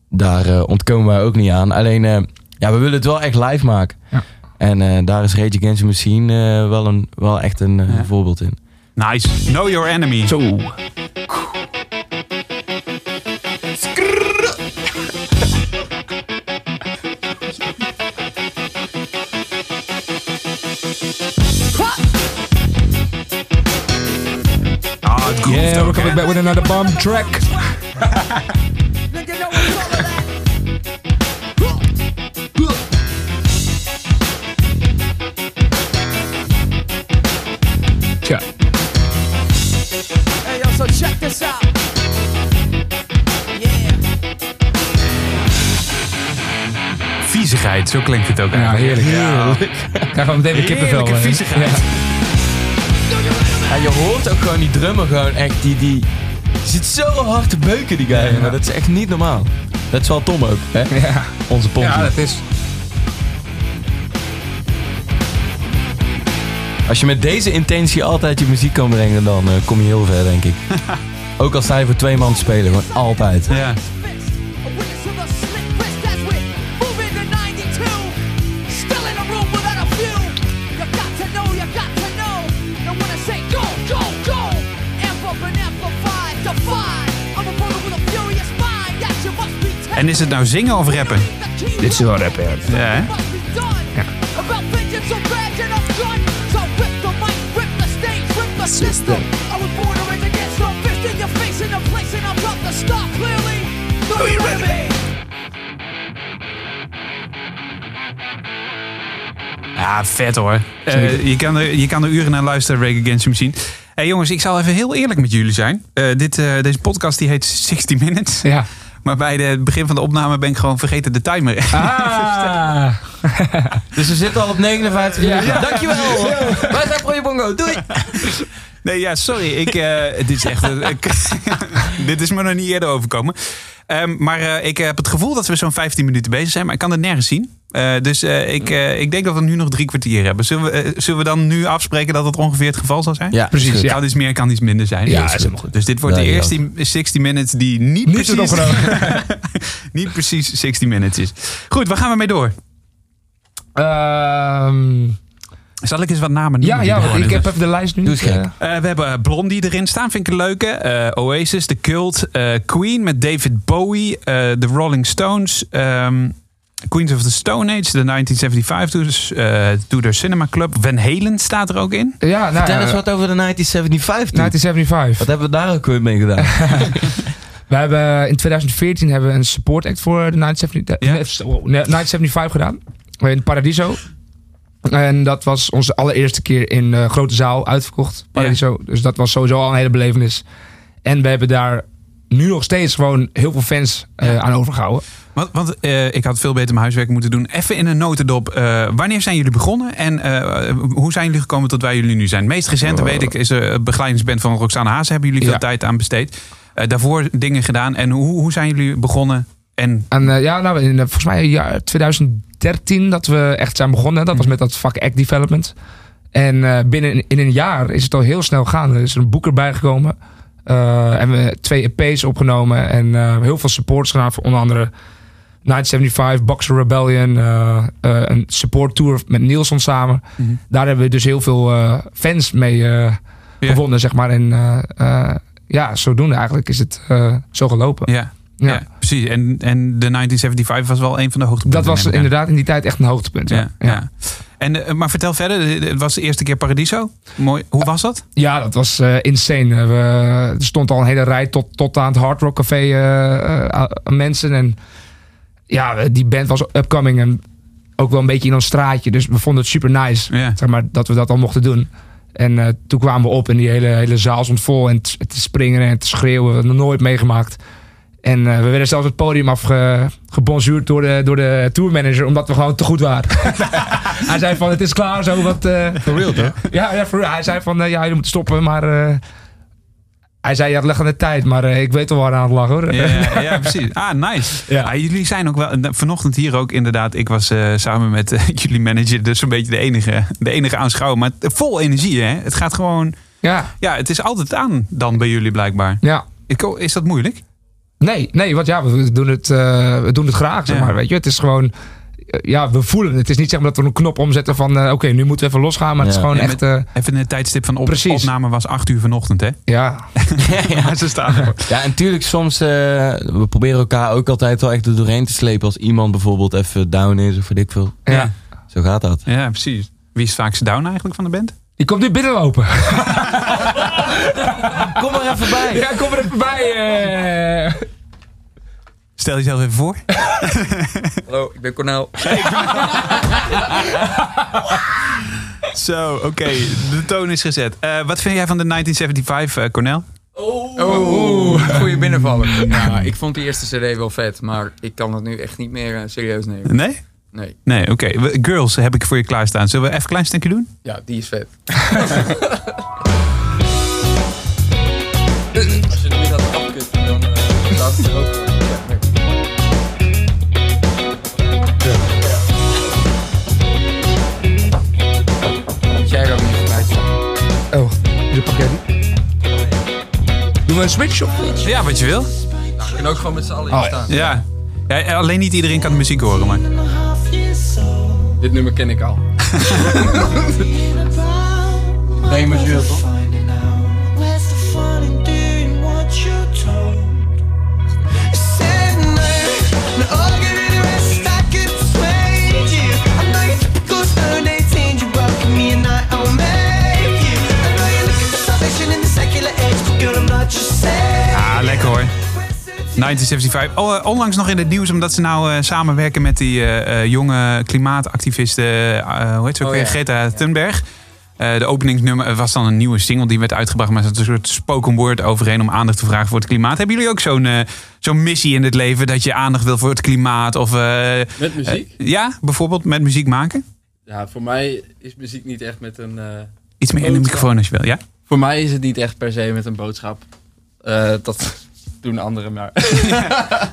Speaker 5: daar eh, ontkomen wij ook niet aan. Alleen, eh, ja, we willen het wel echt live maken.
Speaker 4: Ja.
Speaker 5: En eh, daar is Rage Against the Machine eh, wel, een, wel echt een eh,
Speaker 2: Ja.
Speaker 5: voorbeeld in.
Speaker 2: Nice. Know your enemy. Ah,
Speaker 4: Zo.
Speaker 2: hoeft
Speaker 4: And we're
Speaker 2: ook. hè?
Speaker 4: coming back with another bomb track. Tja.
Speaker 8: Hey yo, so check this out. Yeah.
Speaker 2: Viezigheid, zo klinkt het ook
Speaker 4: Ja,
Speaker 2: eigenlijk.
Speaker 4: heerlijk. Ja. Krijgen we meteen weer kippenvel.
Speaker 2: Heerlijke
Speaker 4: hè?
Speaker 2: viezigheid.
Speaker 4: Ja.
Speaker 5: En je hoort ook gewoon die drummer gewoon echt, die, die, die zit zo hard te beuken die guy. Maar dat is echt niet normaal. Dat is wel Tom ook, hè?
Speaker 4: Ja.
Speaker 5: Onze pomp.
Speaker 4: ja, dat is...
Speaker 5: Als je met deze intentie altijd je muziek kan brengen, dan eh, kom je heel ver, denk ik. ook al sta je voor twee man te spelen, gewoon altijd.
Speaker 2: Ja. En is het nou zingen of rappen?
Speaker 4: Dit is wel rap, ja.
Speaker 2: Ja, hè?
Speaker 8: System. I was born to raise against no fist in your face in a place and I'm about to stop clearly. Know you ready?
Speaker 2: Ja, vet hoor. Eh, je, kan er, je kan er uren naar luisteren, Rage Against the Machine. hey, jongens, ik zal even heel eerlijk met jullie zijn. Eh, dit, eh, deze podcast die heet 60 Minutes.
Speaker 4: Ja.
Speaker 2: Maar bij de- het begin van de opname ben ik gewoon vergeten de timer.
Speaker 4: Ah.
Speaker 5: Dus we zitten al op 59 minuten.
Speaker 4: Ja.
Speaker 5: Dankjewel! Wij zijn Proje Bongo, doei!
Speaker 2: Nee, ja, sorry. Ik, eh, dit is echt. een- ik- dit is me nog niet eerder overkomen. Ehm, maar eh, ik heb het gevoel dat we zo'n 15 minuten bezig zijn, maar ik kan het nergens zien. Eh, dus eh, ik, eh, ik denk dat we nu nog drie kwartier hebben. Zullen we, eh, zullen we dan nu afspreken dat het ongeveer het geval zal zijn?
Speaker 5: Ja,
Speaker 4: Precies, ja.
Speaker 2: Kan iets meer, kan iets minder zijn.
Speaker 4: Ja, is helemaal goed.
Speaker 2: Dus dit wordt
Speaker 5: Ja,
Speaker 2: de
Speaker 5: ja.
Speaker 2: eerste 60 minutes die niet,
Speaker 4: Niet te
Speaker 2: precies, niet precies 60 minutes is. Goed, waar gaan we mee door?
Speaker 4: Ehm,
Speaker 2: Zal ik eens wat namen noemen?
Speaker 4: ja,
Speaker 2: die
Speaker 4: ja,
Speaker 2: er
Speaker 4: want
Speaker 2: gewoon
Speaker 4: ik
Speaker 2: in
Speaker 4: heb even de lijst nu.
Speaker 5: Doe eens gek.
Speaker 4: Eh,
Speaker 2: Eh, we hebben Blondie erin staan, vind ik een leuke. Eh, Oasis, The Cult, eh, Queen met David Bowie, eh, The Rolling Stones, ehm, Queens of the Stone Age, The 1975 Tours, eh Tudor Cinema Club. Van Halen staat er ook in.
Speaker 4: ja, nou,
Speaker 5: Vertel eens
Speaker 4: eh,
Speaker 5: wat over de 1975 doet.
Speaker 4: 1975.
Speaker 5: Wat hebben we daar ook weer mee gedaan?
Speaker 4: We hebben eh, in 2014 hebben we een support act voor de 975,
Speaker 2: Ja.
Speaker 4: nee, 975 gedaan. In Paradiso. En dat was onze allereerste keer in eh, grote zaal uitverkocht. Paradiso. Dus dat was sowieso al een hele belevenis. En we hebben daar nu nog steeds gewoon heel veel fans eh, aan overgehouden.
Speaker 2: Want, want eh, ik had veel beter mijn huiswerk moeten doen. Even in een notendop. eh, wanneer zijn jullie begonnen en eh, hoe zijn jullie gekomen tot waar jullie nu zijn? Het meest recente, weet ik, is eh, een begeleidingsband van Roxane Haas. Hebben jullie veel
Speaker 4: Ja.
Speaker 2: tijd aan besteed? Eh, daarvoor dingen gedaan. En hoe, hoe zijn jullie begonnen? En
Speaker 4: En eh, ja, nou, in, eh, volgens mij jaar 2013 dat we echt zijn begonnen.
Speaker 2: Mm.
Speaker 4: Dat was met dat vak act development. En eh, binnen in een jaar is het al heel snel gaan. Er is een boek erbij gekomen. Eh, en we twee EP's opgenomen. En eh, heel veel supports gedaan. Voor onder andere 975, Boxer Rebellion. eh, eh, een support tour met Nielsen samen.
Speaker 2: Mhm.
Speaker 4: Daar hebben we dus heel veel eh, fans mee eh,
Speaker 2: Ja.
Speaker 4: gewonnen, zeg maar. En eh, eh, ja, zodoende eigenlijk is het eh, zo gelopen.
Speaker 2: ja. Ja.
Speaker 4: Ja.
Speaker 2: precies. En, en de 1975 was wel een van de hoogtepunten.
Speaker 4: Dat was
Speaker 2: neem ik aan.
Speaker 4: inderdaad in die tijd echt een hoogtepunt.
Speaker 2: Ja, ja. En, eh, maar vertel verder, eh, het was de eerste keer Paradiso. Mooi. Hoe was dat?
Speaker 4: Ja, dat was eh, insane. Eh, we, er stond al een hele rij tot, tot aan het Hard Rock Café eh, eh, aan mensen. En ja, eh, die band was upcoming en ook wel een beetje in ons straatje. Dus we vonden het super nice
Speaker 2: Ja.
Speaker 4: zeg maar, dat we dat al mochten doen. En eh, toen kwamen we op en die hele, hele zaal stond vol. En t- te springen en te schreeuwen, we hadden nog nooit meegemaakt. En eh, we werden zelfs het podium afgebonzuurd door de, door de tourmanager, omdat we gewoon te goed waren. Hij zei van, het is klaar zo, wat... For real, toch? Ja, ja for real. Hij zei van, eh, ja, jullie moeten stoppen, maar... eh, hij zei, ja, leg aan de tijd, maar eh, ik weet al waar aan het lag, hoor.
Speaker 2: Ja, ja, ja, precies. Ah, nice.
Speaker 4: Ja.
Speaker 2: Ah, jullie zijn ook wel, vanochtend hier ook inderdaad. Ik was eh, samen met eh, jullie manager, dus een beetje de enige, de enige aanschouwer. Maar het- vol energie, hè? Het gaat gewoon,
Speaker 4: Ja,
Speaker 2: ja, het is altijd aan dan bij jullie blijkbaar.
Speaker 4: ja.
Speaker 2: Ik, oh, is dat moeilijk?
Speaker 4: Nee, nee, want ja, we doen het, eh, we doen het graag, zeg
Speaker 2: Ja.
Speaker 4: maar. Weet je, het is gewoon... eh, Ja, we voelen. Het is niet zeg maar dat we een knop omzetten van... eh, Oké, nu moeten we even losgaan. Maar het is
Speaker 5: Ja.
Speaker 4: gewoon
Speaker 2: Ja,
Speaker 4: echt... eh,
Speaker 2: Even een tijdstip van op,
Speaker 4: Precies.
Speaker 2: opname was 8 uur vanochtend, hè?
Speaker 4: ja,
Speaker 2: Ja, ze staan ervoor.
Speaker 5: Ja, en tuurlijk, soms, eh, we proberen elkaar ook altijd wel echt er doorheen te slepen. Als iemand bijvoorbeeld even down is of weet ik veel.
Speaker 4: ja.
Speaker 2: Ja.
Speaker 5: Zo gaat dat.
Speaker 2: Ja, precies. Wie is het vaakste down eigenlijk van de band?
Speaker 4: Die komt nu binnenlopen.
Speaker 5: Kom maar even bij.
Speaker 4: Ja, kom er even bij. eh.
Speaker 2: Stel jezelf even voor.
Speaker 4: Hallo, ik ben Cornel.
Speaker 2: Zo, oké. De toon is gezet. Eh, wat vind jij van de 1975, eh, Cornel?
Speaker 9: Oh, goede binnenvaller. Ja, ik vond die eerste CD wel vet, maar ik kan het nu echt niet meer eh, serieus nemen.
Speaker 2: Nee?
Speaker 9: Nee.
Speaker 2: Nee, oké. We- Girls heb ik voor je klaarstaan. Zullen we even een klein stukje doen?
Speaker 9: Ja, die is vet. Als je nu dat afkut, dan laat het er ook Jij gaat niet vooruit.
Speaker 4: Oh, de pakket. Doen we een switch op?
Speaker 2: Ja, wat je wil.
Speaker 9: Je kan ook gewoon met z'n allen hier staan.
Speaker 2: Ja. ja. Alleen niet iedereen kan de muziek horen, maar...
Speaker 9: Dit nummer ken ik al. Nee, maar je toch?
Speaker 2: Ah, lekker hoor. 1975. Oh, eh, onlangs nog in het nieuws, omdat ze nou eh, samenwerken met die eh, eh, jonge klimaatactiviste, eh, hoe heet ze ook
Speaker 9: Oh,
Speaker 2: weer,
Speaker 9: ja.
Speaker 2: Greta Thunberg. Eh, de openingsnummer was dan een nieuwe single die werd uitgebracht, maar er zat een soort spoken word overheen om aandacht te vragen voor het klimaat. Hebben jullie ook zo'n eh, zo'n missie in het leven dat je aandacht wil voor het klimaat? Of, eh,
Speaker 10: Met muziek?
Speaker 2: ja, bijvoorbeeld met muziek maken?
Speaker 10: Ja, voor mij is muziek niet echt met een... eh,
Speaker 2: Iets meer in de
Speaker 10: Boodschap.
Speaker 2: microfoon als je wil, ja?
Speaker 10: Voor mij is het niet echt per se met een boodschap. Eh, dat doen anderen maar.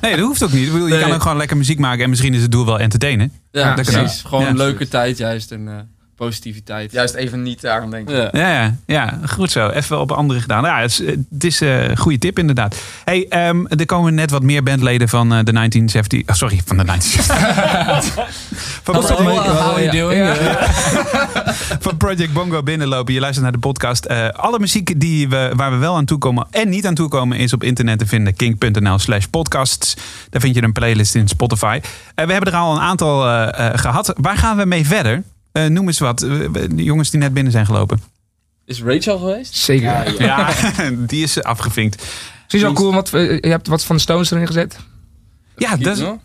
Speaker 2: Nee, dat hoeft ook niet. Ik bedoel, Je
Speaker 10: Nee.
Speaker 2: kan ook gewoon lekker muziek maken en misschien is het doel wel entertainen.
Speaker 10: Ja,
Speaker 2: dat kan
Speaker 10: precies.
Speaker 2: ook.
Speaker 10: Gewoon
Speaker 2: Ja.
Speaker 10: een leuke tijd juist en eh, positiviteit.
Speaker 9: Juist even niet aan denken.
Speaker 10: Ja.
Speaker 2: Ja, ja, ja, goed zo. Even op andere gedaan. Ja, het is, het is eh, een goede tip inderdaad. Hey, ehm, er komen net wat meer bandleden van eh, de 1970... Oh, sorry, van de 1970. van, Project,
Speaker 9: how you doing?
Speaker 2: van Project Bongo binnenlopen. Je luistert naar de podcast. Eh, alle muziek die we, waar we wel aan toekomen en niet aan toekomen... is op internet te vinden. kink.nl slash podcasts. Daar vind je een playlist in Spotify. Eh, we hebben er al een aantal eh, eh, gehad. Waar gaan we mee verder? Eh, noem eens wat. Eh, de jongens die net binnen zijn gelopen.
Speaker 10: Is Rachel geweest?
Speaker 4: Zeker.
Speaker 2: Ja, die is afgevinkt.
Speaker 4: Het is wel cool, want eh, je hebt wat van de Stones erin gezet.
Speaker 2: Ja, dat is-
Speaker 10: No?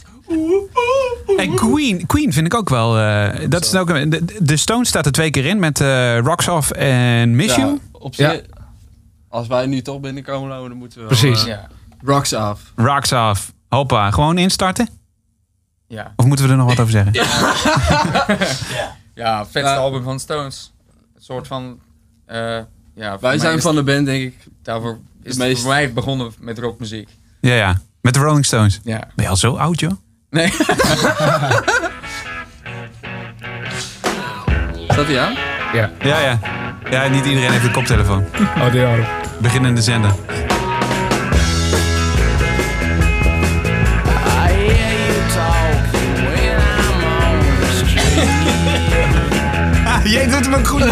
Speaker 2: en Queen, Queen vind ik ook wel. eh, dat is ook een- de, de Stone staat er twee keer in met eh, Rocks Off en Miss
Speaker 10: Ja,
Speaker 2: You.
Speaker 10: op
Speaker 4: Ja.
Speaker 10: zich. Als wij nu toch binnenkomen, lopen, dan moeten we wel,
Speaker 4: Precies.
Speaker 10: eh, rocks af.
Speaker 2: Rocks Off. Hoppa, gewoon instarten?
Speaker 9: Ja.
Speaker 2: Of moeten we er nog wat over zeggen?
Speaker 9: Ja, vetste
Speaker 10: Ja.
Speaker 9: album van Stones. Een soort van. eh, ja, voor
Speaker 10: Wij
Speaker 9: mij
Speaker 10: zijn
Speaker 9: is
Speaker 10: van
Speaker 9: het-
Speaker 10: de band, denk ik.
Speaker 9: Daarvoor is het
Speaker 10: meest-
Speaker 9: voor mij begonnen met rockmuziek.
Speaker 2: Ja, ja. Met de Rolling Stones.
Speaker 9: Ja.
Speaker 2: Ben je al zo oud, joh?
Speaker 9: Nee.
Speaker 10: Staat hij aan?
Speaker 2: Ja, ja. Ja, niet iedereen heeft een koptelefoon.
Speaker 4: Oh, die hadden
Speaker 2: Beginnende zender. Ah, Jij doet me goed.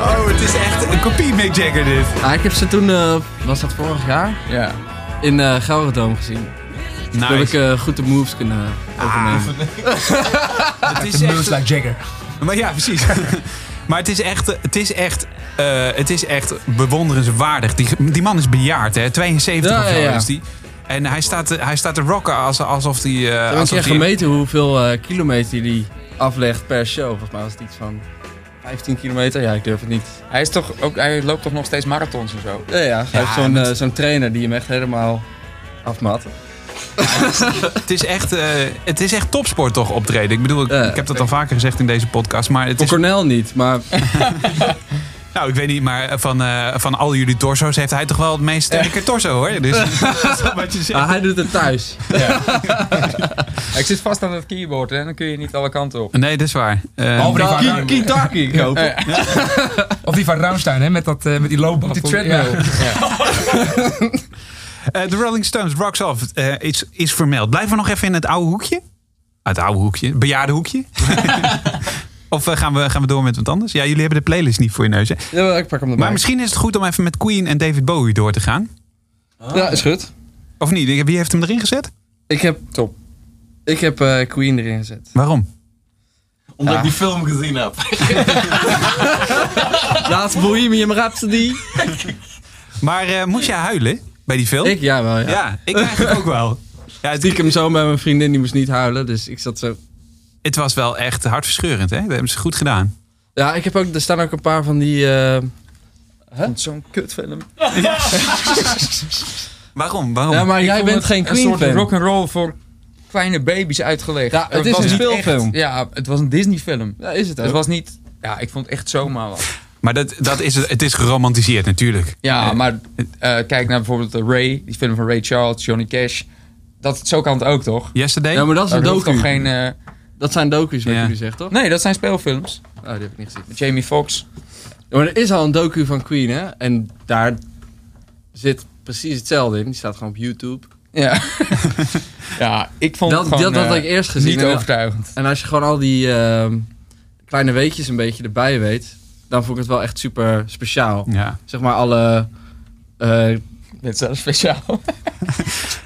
Speaker 2: Oh, het is echt een kopie Mick Jagger dit.
Speaker 10: Ah, ik heb ze toen, eh, was dat vorig jaar,
Speaker 9: Ja.
Speaker 10: in eh Gelredome gezien. Toen heb ik eh, goed de moves kunnen overnemen.
Speaker 2: het is echt
Speaker 4: like Jagger.
Speaker 2: Maar ja, precies. maar het is echt, het is echt, eh, het is echt bewonderenswaardig. Die, die man is bejaard, hè? 72
Speaker 10: Ja,
Speaker 2: of zo
Speaker 10: ja, ja.
Speaker 2: is die. En hij staat, te- hij staat te rocken als, alsof hij... eh,
Speaker 10: Ik heb een keer
Speaker 2: alsof die-
Speaker 10: gemeten hoeveel eh, kilometer die aflegt per show. Volgens mij was het iets van 15 kilometer. Ja, ik durf het niet.
Speaker 9: Hij, is toch ook, hij loopt toch nog steeds marathons en zo.
Speaker 10: Ja, ja. Hij heeft zo'n eh, zo'n trainer die hem echt helemaal afmat.
Speaker 2: het, is echt, eh, het is echt topsport toch optreden. Ik bedoel, ik,
Speaker 10: Ja.
Speaker 2: ik heb dat al vaker gezegd in deze podcast. Maar het
Speaker 10: Voor
Speaker 2: is,
Speaker 10: Cornel niet, maar
Speaker 2: nou, ik weet niet, maar van, eh, van al jullie torso's heeft hij toch wel het meest sterke torso hoor. Dus dat is wel wat je zegt.
Speaker 10: ah, hij doet het thuis.
Speaker 9: Ik zit vast aan het keyboard en dan kun je niet alle kanten op.
Speaker 2: Nee, dat is waar. Eh,
Speaker 4: Behalve die van-
Speaker 10: Ki- Kitaki, ik hoop. het.
Speaker 4: Of die van Rammstein, hè, met, dat, eh, met die loopband.
Speaker 9: Die treadmill.
Speaker 2: Eh, de Rolling Stones, Rocks Off, eh, is, is vermeld. Blijven we nog even in het oude hoekje? Ah, Het oude hoekje, het bejaarde hoekje? of eh, gaan, we, gaan we door met wat anders? Ja, jullie hebben de playlist niet voor je neus. Hè?
Speaker 10: Jawel, ik pak hem erbij.
Speaker 2: Maar misschien is het goed om even met Queen en David Bowie door te gaan.
Speaker 10: Ja, is goed.
Speaker 2: Of niet? Wie heeft hem erin gezet?
Speaker 10: Ik heb
Speaker 9: Top.
Speaker 10: Ik heb eh, Queen erin gezet.
Speaker 2: Waarom?
Speaker 5: Omdat
Speaker 10: Ja.
Speaker 5: ik die film gezien heb.
Speaker 10: Laatst Bohemian Rhapsody.
Speaker 2: Maar eh, moest je huilen bij die film?
Speaker 10: Ik, ja wel, ja.
Speaker 2: Ja, ik eigenlijk ook wel. Ja, het,
Speaker 10: Stiekem zo bij mijn vriendin, die moest niet huilen. Dus ik zat zo...
Speaker 2: het was wel echt hartverscheurend, hè? Dat hebben ze goed gedaan.
Speaker 10: Ja, ik heb ook... Er staan ook een paar van die... eh, vond Zo'n kutfilm.
Speaker 2: Waarom? Waarom?
Speaker 10: Ja, maar
Speaker 9: Ik
Speaker 10: jij
Speaker 9: vond
Speaker 10: bent
Speaker 9: het
Speaker 10: geen
Speaker 9: Een
Speaker 10: Queen
Speaker 9: soort
Speaker 10: fan.
Speaker 9: rock'n'roll voor kleine baby's uitgelegd.
Speaker 10: Ja, het is
Speaker 9: was
Speaker 10: een
Speaker 9: niet
Speaker 10: speelfilm.
Speaker 9: echt- ja, het was een Disney film.
Speaker 10: Ja, is het
Speaker 9: Het
Speaker 10: ook.
Speaker 9: was niet... Ja, ik vond het echt zomaar wat.
Speaker 2: Maar dat, dat is, het het is geromantiseerd natuurlijk.
Speaker 9: Ja, maar eh, kijk naar bijvoorbeeld eh, Ray. Die film van Ray Charles, Johnny Cash. Dat, zo kan het ook, toch?
Speaker 2: Yesterday?
Speaker 10: Ja, maar dat is een
Speaker 9: Daar hoeft
Speaker 10: docu.
Speaker 9: toch geen... eh,
Speaker 10: Dat zijn docu's, wat
Speaker 2: Ja.
Speaker 10: jullie zegt, toch?
Speaker 9: nee, dat zijn speelfilms.
Speaker 10: Oh, die heb ik niet gezien.
Speaker 9: Met Jamie Foxx.
Speaker 10: Ja, maar er is al een docu van Queen, hè? En daar zit precies hetzelfde in. Die staat gewoon op YouTube.
Speaker 9: Ja. ja, ik vond
Speaker 10: Dat,
Speaker 9: het gewoon
Speaker 10: dat had
Speaker 9: eh,
Speaker 10: ik eerst gezien.
Speaker 9: niet
Speaker 10: En-
Speaker 9: overtuigend.
Speaker 10: En als je gewoon al die ehm, kleine weetjes een beetje erbij weet, dan vond ik het wel echt super speciaal.
Speaker 2: Ja.
Speaker 10: Zeg maar alle. eh,
Speaker 9: Dit is wel speciaal.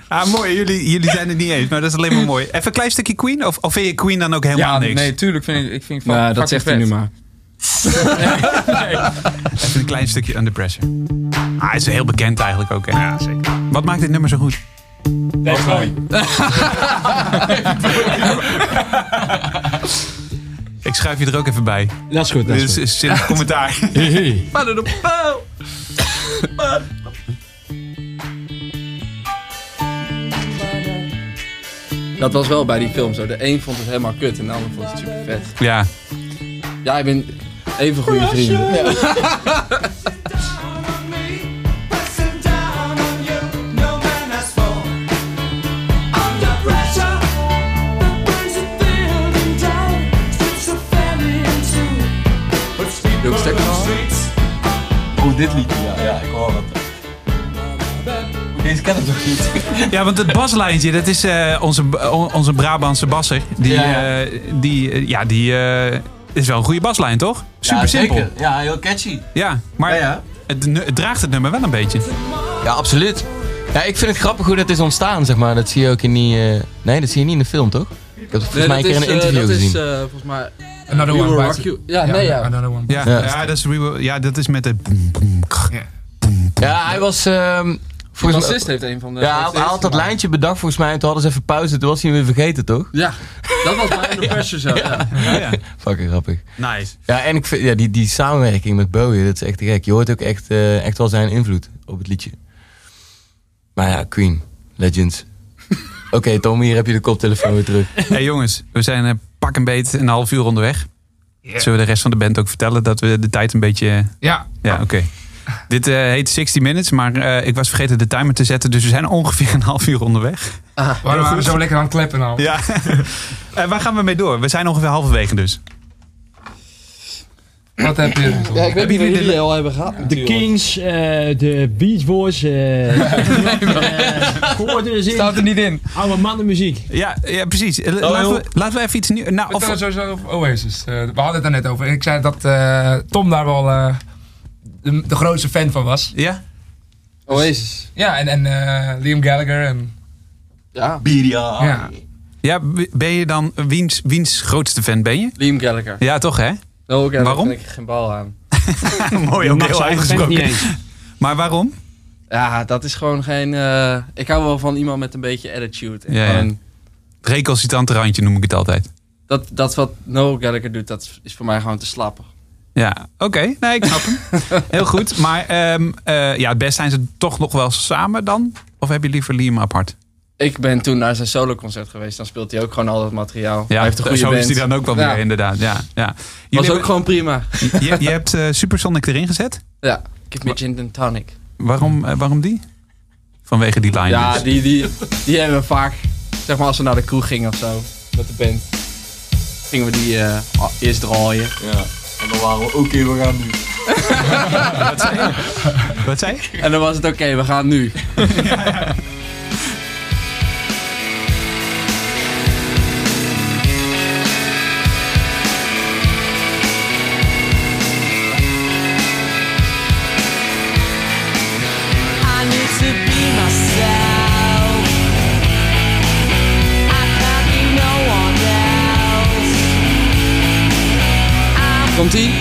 Speaker 2: Ah, mooi. Jullie, jullie zijn het niet eens, maar dat is alleen maar mooi. Even een klein stukje Queen? Of, of vind je Queen dan ook helemaal
Speaker 9: Ja,
Speaker 2: niks?
Speaker 9: nee, tuurlijk vind ik, ik vind het
Speaker 10: nou,
Speaker 9: fucking
Speaker 10: dat zegt hij
Speaker 9: vet.
Speaker 10: nu maar.
Speaker 2: Even een klein stukje Under Pressure. Ah, het is heel bekend eigenlijk ook, hè? Ja, zeker. Wat maakt dit nummer zo goed? Ik schuif je er ook even bij.
Speaker 5: Dat is goed.
Speaker 2: Dit is, is in het commentaar.
Speaker 10: Dat was wel bij die film zo. De een vond het helemaal kut en de ander vond het super vet.
Speaker 2: Ja.
Speaker 10: Ja, ik ben even goede vrienden. Doe ik sterker nog?
Speaker 5: Oh, dit liedje. Ja, ja, ik hoor het. Deze ken ik nog niet.
Speaker 2: Ja, want het baslijntje, dat is eh, onze, on- onze Brabantse basser. Die,
Speaker 5: Ja.
Speaker 2: eh, die, eh, ja, die eh, is wel een goede baslijn, toch? Super simpel.
Speaker 5: Ja, heel catchy.
Speaker 2: Ja, maar
Speaker 5: Ja, ja.
Speaker 2: Het, nu- het draagt het nummer wel een beetje.
Speaker 5: Ja, absoluut. Ja, ik vind het grappig hoe dat is ontstaan, zeg maar. Dat zie je ook in die... eh, Nee, dat zie je niet in de film, toch? Ik heb het volgens mij een keer in een interview
Speaker 10: dat
Speaker 5: gezien.
Speaker 10: is eh, volgens mij.
Speaker 4: Another
Speaker 10: We
Speaker 4: one.
Speaker 10: Will
Speaker 4: bites
Speaker 10: Rock
Speaker 4: the-
Speaker 10: You. Ja, nee, ja.
Speaker 4: Another one.
Speaker 2: Ja, ja.
Speaker 5: Ja.
Speaker 2: dat, is, re- ja dat is met de...
Speaker 5: ja, hij was... ehm
Speaker 10: De
Speaker 5: volgens mij...
Speaker 10: bassist heeft een van de.
Speaker 5: Ja, hij had dat lijntje bedacht volgens mij. En toen hadden ze even pauze. Toen was hij hem weer vergeten, toch?
Speaker 10: Ja, dat was bij Under Pressure zo. Ja.
Speaker 2: Ja.
Speaker 5: Fucking grappig.
Speaker 2: Nice.
Speaker 5: Ja, en ik vind, ja, die, die samenwerking met Bowie, dat is echt te gek. Je hoort ook echt, eh, echt wel zijn invloed op het liedje. Maar ja, Queen, Legends. Oké, Tom, hier heb je de koptelefoon weer terug.
Speaker 2: hey, jongens, we zijn eh, pak een beet een half uur onderweg. Zullen we de rest van de band ook vertellen dat we de tijd een beetje...
Speaker 4: Ja,
Speaker 2: Ja, oké. Dit eh, heet 60 Minutes, maar eh, ik was vergeten de timer te zetten. Dus we zijn ongeveer een half uur onderweg.
Speaker 4: waarom waren we zo lekker aan het kleppen nou?
Speaker 2: Ja. en Eh, waar gaan we mee door? We zijn ongeveer halverwege dus.
Speaker 4: Wat heb je?
Speaker 10: Ja, ik weet
Speaker 2: jullie
Speaker 10: niet wat
Speaker 2: de-
Speaker 10: jullie al hebben gehad.
Speaker 11: De Kings, eh, de Beach Boys. eh eh, Gooi er eens in.
Speaker 9: Staat er niet in.
Speaker 11: Oude mannenmuziek.
Speaker 2: Ja, ja precies. Eh, laten, we, laten we even iets nieuws... Nou,
Speaker 4: Of
Speaker 2: of,
Speaker 4: sowieso over Oasis. Eh, we hadden het daar net over. En ik zei dat eh, Tom daar wel eh, de, de grootste fan van was.
Speaker 2: ja?
Speaker 10: Oasis.
Speaker 4: Ja, en, en eh, Liam Gallagher. En,
Speaker 10: Ja,
Speaker 4: ja.
Speaker 2: ja, ben je dan... Wiens, wiens grootste fan ben je?
Speaker 10: Liam Gallagher.
Speaker 2: Ja, toch hè?
Speaker 10: Noel Gallagher
Speaker 2: Waarom?
Speaker 10: vind ik geen bal aan.
Speaker 2: Mooi, ook
Speaker 11: Mag
Speaker 2: heel
Speaker 11: zijn eigen vent niet
Speaker 2: uitgesproken.
Speaker 11: eens.
Speaker 2: Maar waarom?
Speaker 10: Ja, dat is gewoon geen... eh, ik hou wel van iemand met een beetje attitude. En
Speaker 2: Ja, ja.
Speaker 10: gewoon
Speaker 2: Het recalcitrante randje noem ik het altijd.
Speaker 10: Dat, dat wat Noel Gallagher doet, dat is voor mij gewoon te slappen.
Speaker 2: Ja, oké. Nee, ik snap hem. Heel goed. Maar ehm, eh, ja, het best zijn ze toch nog wel samen dan? Of heb je liever Liam apart?
Speaker 10: Ik ben toen naar zijn soloconcert geweest. Dan speelt hij ook gewoon al dat materiaal.
Speaker 2: Ja,
Speaker 10: hij heeft een goede
Speaker 2: zo
Speaker 10: band.
Speaker 2: is hij dan ook wel weer,
Speaker 10: Ja.
Speaker 2: inderdaad. Ja, ja.
Speaker 10: Was
Speaker 2: Jullie
Speaker 10: ook gewoon prima.
Speaker 2: hebben- je, je hebt eh, Supersonic erin gezet.
Speaker 10: Ja, give me gin and tonic.
Speaker 2: Waarom, eh, waarom die? Vanwege die line
Speaker 10: Ja,
Speaker 2: dus.
Speaker 10: die, die, die hebben we vaak... Zeg maar als we naar de kroeg gingen of zo. Met de band. Gingen we die eh, al- eerst draaien.
Speaker 5: Ja, en dan waren we oké, we gaan nu.
Speaker 2: Wat zei je?
Speaker 10: En dan was het oké, we gaan nu.
Speaker 8: need to be myself. I can't be
Speaker 10: komt ie.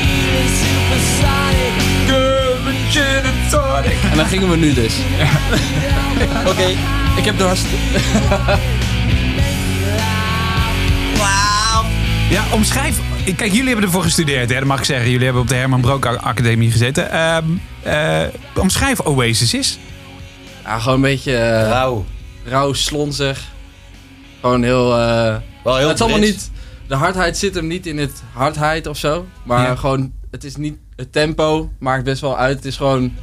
Speaker 10: En dan gingen we nu dus. Oké, ik heb dorst.
Speaker 2: Ja, omschrijf. Kijk, jullie hebben ervoor gestudeerd, hè? dat mag ik zeggen. Jullie hebben op de Herman Broek Academie gezeten. Ehm, eh, omschrijf Oasis is.
Speaker 10: Ja, gewoon een beetje... rauw. Rauw, slonzig. Gewoon heel... eh,
Speaker 5: heel
Speaker 10: het is allemaal
Speaker 5: Brits.
Speaker 10: niet... De hardheid zit hem niet in het hardheid of zo. Maar
Speaker 4: Ja.
Speaker 10: gewoon... Het is niet... Het tempo maakt best wel uit. Het is gewoon...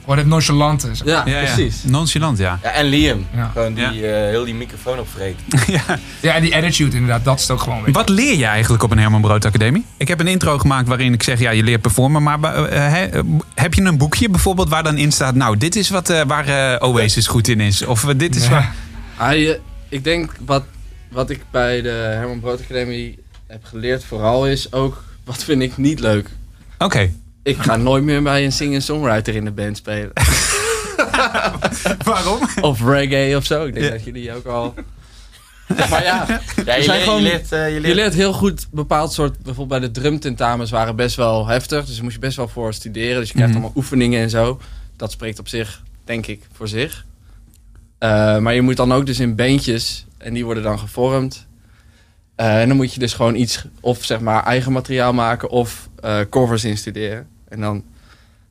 Speaker 4: Gewoon het nonchalante. is.
Speaker 10: Ja, precies.
Speaker 2: Nonchalant, ja.
Speaker 5: Ja, en Liam.
Speaker 4: Ja.
Speaker 5: Gewoon die eh, heel die microfoon opvreet.
Speaker 4: Ja, en die attitude inderdaad, dat is het ook gewoon. weer.
Speaker 2: Wat leer je eigenlijk op een Herman Brood Academie? Ik heb een intro gemaakt waarin ik zeg, ja, je leert performen. Maar eh, eh, eh, heb je een boekje bijvoorbeeld waar dan in staat... nou, dit is wat, eh, waar eh, Oasis goed in is. Of eh, dit is waar...
Speaker 10: Ah, je- ik denk wat, wat ik bij de Herman Brood Academie heb geleerd vooral is ook wat vind ik niet leuk.
Speaker 2: Oké.
Speaker 10: Ik ga nooit meer bij een singer-songwriter in de band spelen.
Speaker 2: Waarom?
Speaker 10: Of reggae of zo. Ik denk
Speaker 5: Ja.
Speaker 10: dat jullie ook al... Maar
Speaker 5: Ja,
Speaker 10: ja, er
Speaker 5: je,
Speaker 10: zijn
Speaker 5: leert-
Speaker 10: gewoon-
Speaker 5: je leert, eh,
Speaker 10: je leert heel goed bepaald soort... Bijvoorbeeld bij de drumtentamens waren best wel heftig. Dus daar moest je best wel voor studeren. Dus je krijgt
Speaker 2: Mhm.
Speaker 10: allemaal oefeningen en zo. Dat spreekt op zich, denk ik, voor zich. Eh, maar je moet dan ook dus in bandjes. En die worden dan gevormd. Eh, en dan moet je dus gewoon iets... Of zeg maar eigen materiaal maken. Of eh, covers instuderen. En dan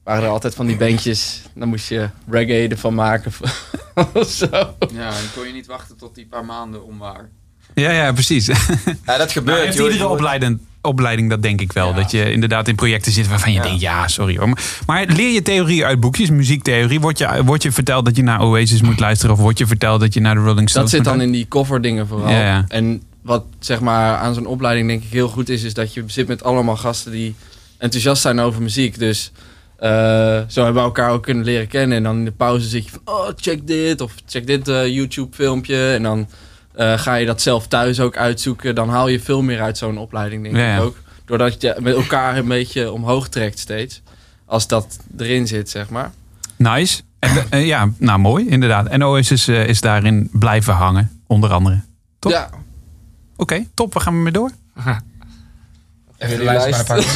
Speaker 10: waren er altijd van die bandjes. Dan moest je reggae ervan maken. of zo.
Speaker 9: Ja, dan kon je niet wachten tot die paar maanden om waren.
Speaker 2: Ja, ja, precies.
Speaker 5: Ja, dat gebeurt.
Speaker 2: Nou, heeft
Speaker 5: joh.
Speaker 2: iedere
Speaker 5: Je wordt-
Speaker 2: opleiding, opleiding dat denk ik wel. Dat je inderdaad in projecten zit waarvan je denkt, ja, sorry hoor. Maar, maar leer je theorie uit boekjes, muziektheorie? Wordt je, wordt je verteld dat je naar Oasis moet luisteren? Of wordt je verteld dat je naar de Rolling
Speaker 10: Dat
Speaker 2: Stones
Speaker 10: zit
Speaker 2: moet
Speaker 10: dan in
Speaker 2: luisteren?
Speaker 10: die coverdingen vooral.
Speaker 2: Ja, ja.
Speaker 10: En wat zeg maar aan zo'n opleiding denk ik heel goed is, is dat je zit met allemaal gasten die enthousiast zijn over muziek. Dus eh, zo hebben we elkaar ook kunnen leren kennen. En dan in de pauze zit je van, oh, check dit. Of check dit eh, YouTube-filmpje. En dan eh, ga je dat zelf thuis ook uitzoeken. Dan haal je veel meer uit zo'n opleiding, denk
Speaker 2: Ja,
Speaker 10: ik
Speaker 2: ja.
Speaker 10: ook. Doordat je met elkaar een beetje omhoog trekt steeds. Als dat erin zit, zeg maar.
Speaker 2: Nice. En, eh, ja, nou mooi, inderdaad. En Oasis eh, is daarin blijven hangen, onder andere. Top.
Speaker 10: Ja.
Speaker 2: Oké, top. We gaan ermee door.
Speaker 4: Even de lijst bijpakken.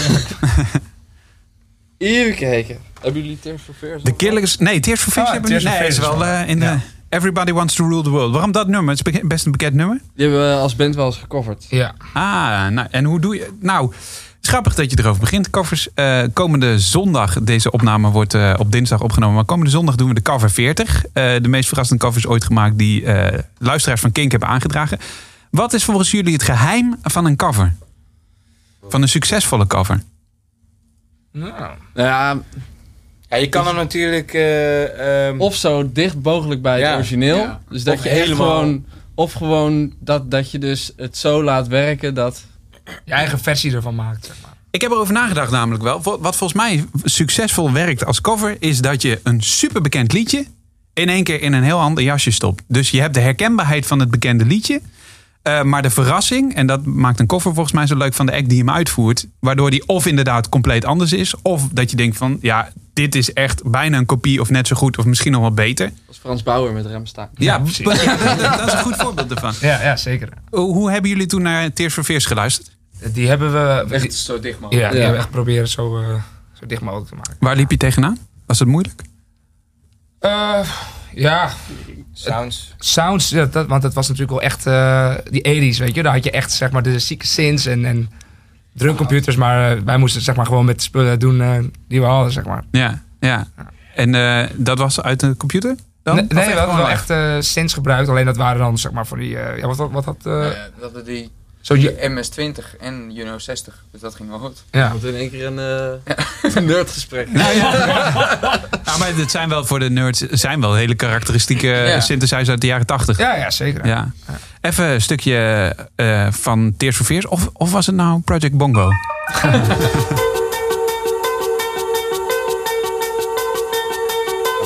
Speaker 10: Even kijken. Hebben jullie Tears for Fears?
Speaker 2: De Killers... Nee, Tears for Fears
Speaker 4: Ah,
Speaker 2: hebben we
Speaker 4: Tears
Speaker 2: niet.
Speaker 4: for
Speaker 2: Nee, is
Speaker 4: Fears is
Speaker 2: wel
Speaker 4: wel-
Speaker 2: eh, in de... Everybody Wants to Rule the World. Waarom dat nummer? Het is beke- best een bekend nummer.
Speaker 10: Die hebben we als band wel eens gecoverd.
Speaker 4: Ja.
Speaker 2: Ah, nou, en hoe doe je... Nou, het is grappig dat je erover begint. Covers, eh, komende zondag, deze opname wordt eh, op dinsdag opgenomen. Maar komende zondag doen we de cover 40. Eh, de meest verrassende covers ooit gemaakt die eh, luisteraars van Kink hebben aangedragen. Wat is volgens jullie het geheim van een cover? Van een succesvolle cover?
Speaker 4: Nou.
Speaker 10: Ja,
Speaker 5: Ja, je kan hem natuurlijk... eh, ehm,
Speaker 10: Dus of zo dicht mogelijk bij
Speaker 5: Ja.
Speaker 10: het origineel.
Speaker 5: Ja.
Speaker 10: Dus dat
Speaker 5: Of
Speaker 10: je echt
Speaker 5: helemaal-
Speaker 10: gewoon. Of gewoon dat, dat je dus het zo laat werken dat.
Speaker 4: Je eigen versie ervan maakt, zeg maar.
Speaker 2: Ik heb erover nagedacht namelijk wel. Wat wat volgens mij succesvol werkt als cover... is dat je een superbekend liedje... in één keer in een heel ander jasje stopt. Dus je hebt de herkenbaarheid van het bekende liedje... eh, maar de verrassing, en dat maakt een cover volgens mij zo leuk... van de act die hem uitvoert... waardoor die of inderdaad compleet anders is... of dat je denkt van, ja, dit is echt bijna een kopie... of net zo goed, of misschien nog wel beter.
Speaker 10: Als Frans Bauer met Remsta.
Speaker 2: Ja, precies. dat, dat is een goed voorbeeld ervan.
Speaker 4: Ja, ja, zeker.
Speaker 2: Hoe hoe hebben jullie toen naar Tears for Fears geluisterd?
Speaker 4: Die hebben we...
Speaker 9: Echt
Speaker 4: die-
Speaker 9: zo dicht man.
Speaker 4: ja, die
Speaker 10: Ja.
Speaker 4: hebben we echt proberen zo, eh, zo dicht mogelijk te maken.
Speaker 2: Waar liep je tegenaan? Was het moeilijk?
Speaker 4: Eh, ja,
Speaker 5: Sounds.
Speaker 4: sounds, ja, dat, want dat was natuurlijk wel echt eh, die 80s, weet je. Daar had je echt zeg maar de zieke synths en, en drumcomputers. Maar eh, wij moesten zeg maar gewoon met spullen doen eh, die we hadden, zeg maar.
Speaker 2: Ja, ja. En eh, dat was uit de computer? Dan?
Speaker 4: Nee,
Speaker 2: Of
Speaker 4: nee, we
Speaker 2: gewoon
Speaker 4: hadden wel
Speaker 2: live?
Speaker 4: echt eh synths gebruikt. Alleen dat waren dan zeg maar voor die... eh, ja, wat, wat, wat had... eh,
Speaker 9: Nou ja, we hadden die,
Speaker 4: zo,
Speaker 9: die
Speaker 4: je-
Speaker 9: MS-20 en Juno 60, dus dat ging wel goed.
Speaker 4: ja.
Speaker 10: Want in één keer een, eh, een nerdgesprek.
Speaker 2: Ja, maar het zijn wel voor de nerds zijn wel hele karakteristieke eh,
Speaker 9: Ja.
Speaker 2: synthesizers uit de jaren tachtig. Ja.
Speaker 4: ja, ja, zeker.
Speaker 2: Even een stukje eh, van Tears for Fears. Of, of was het nou Project Bongo?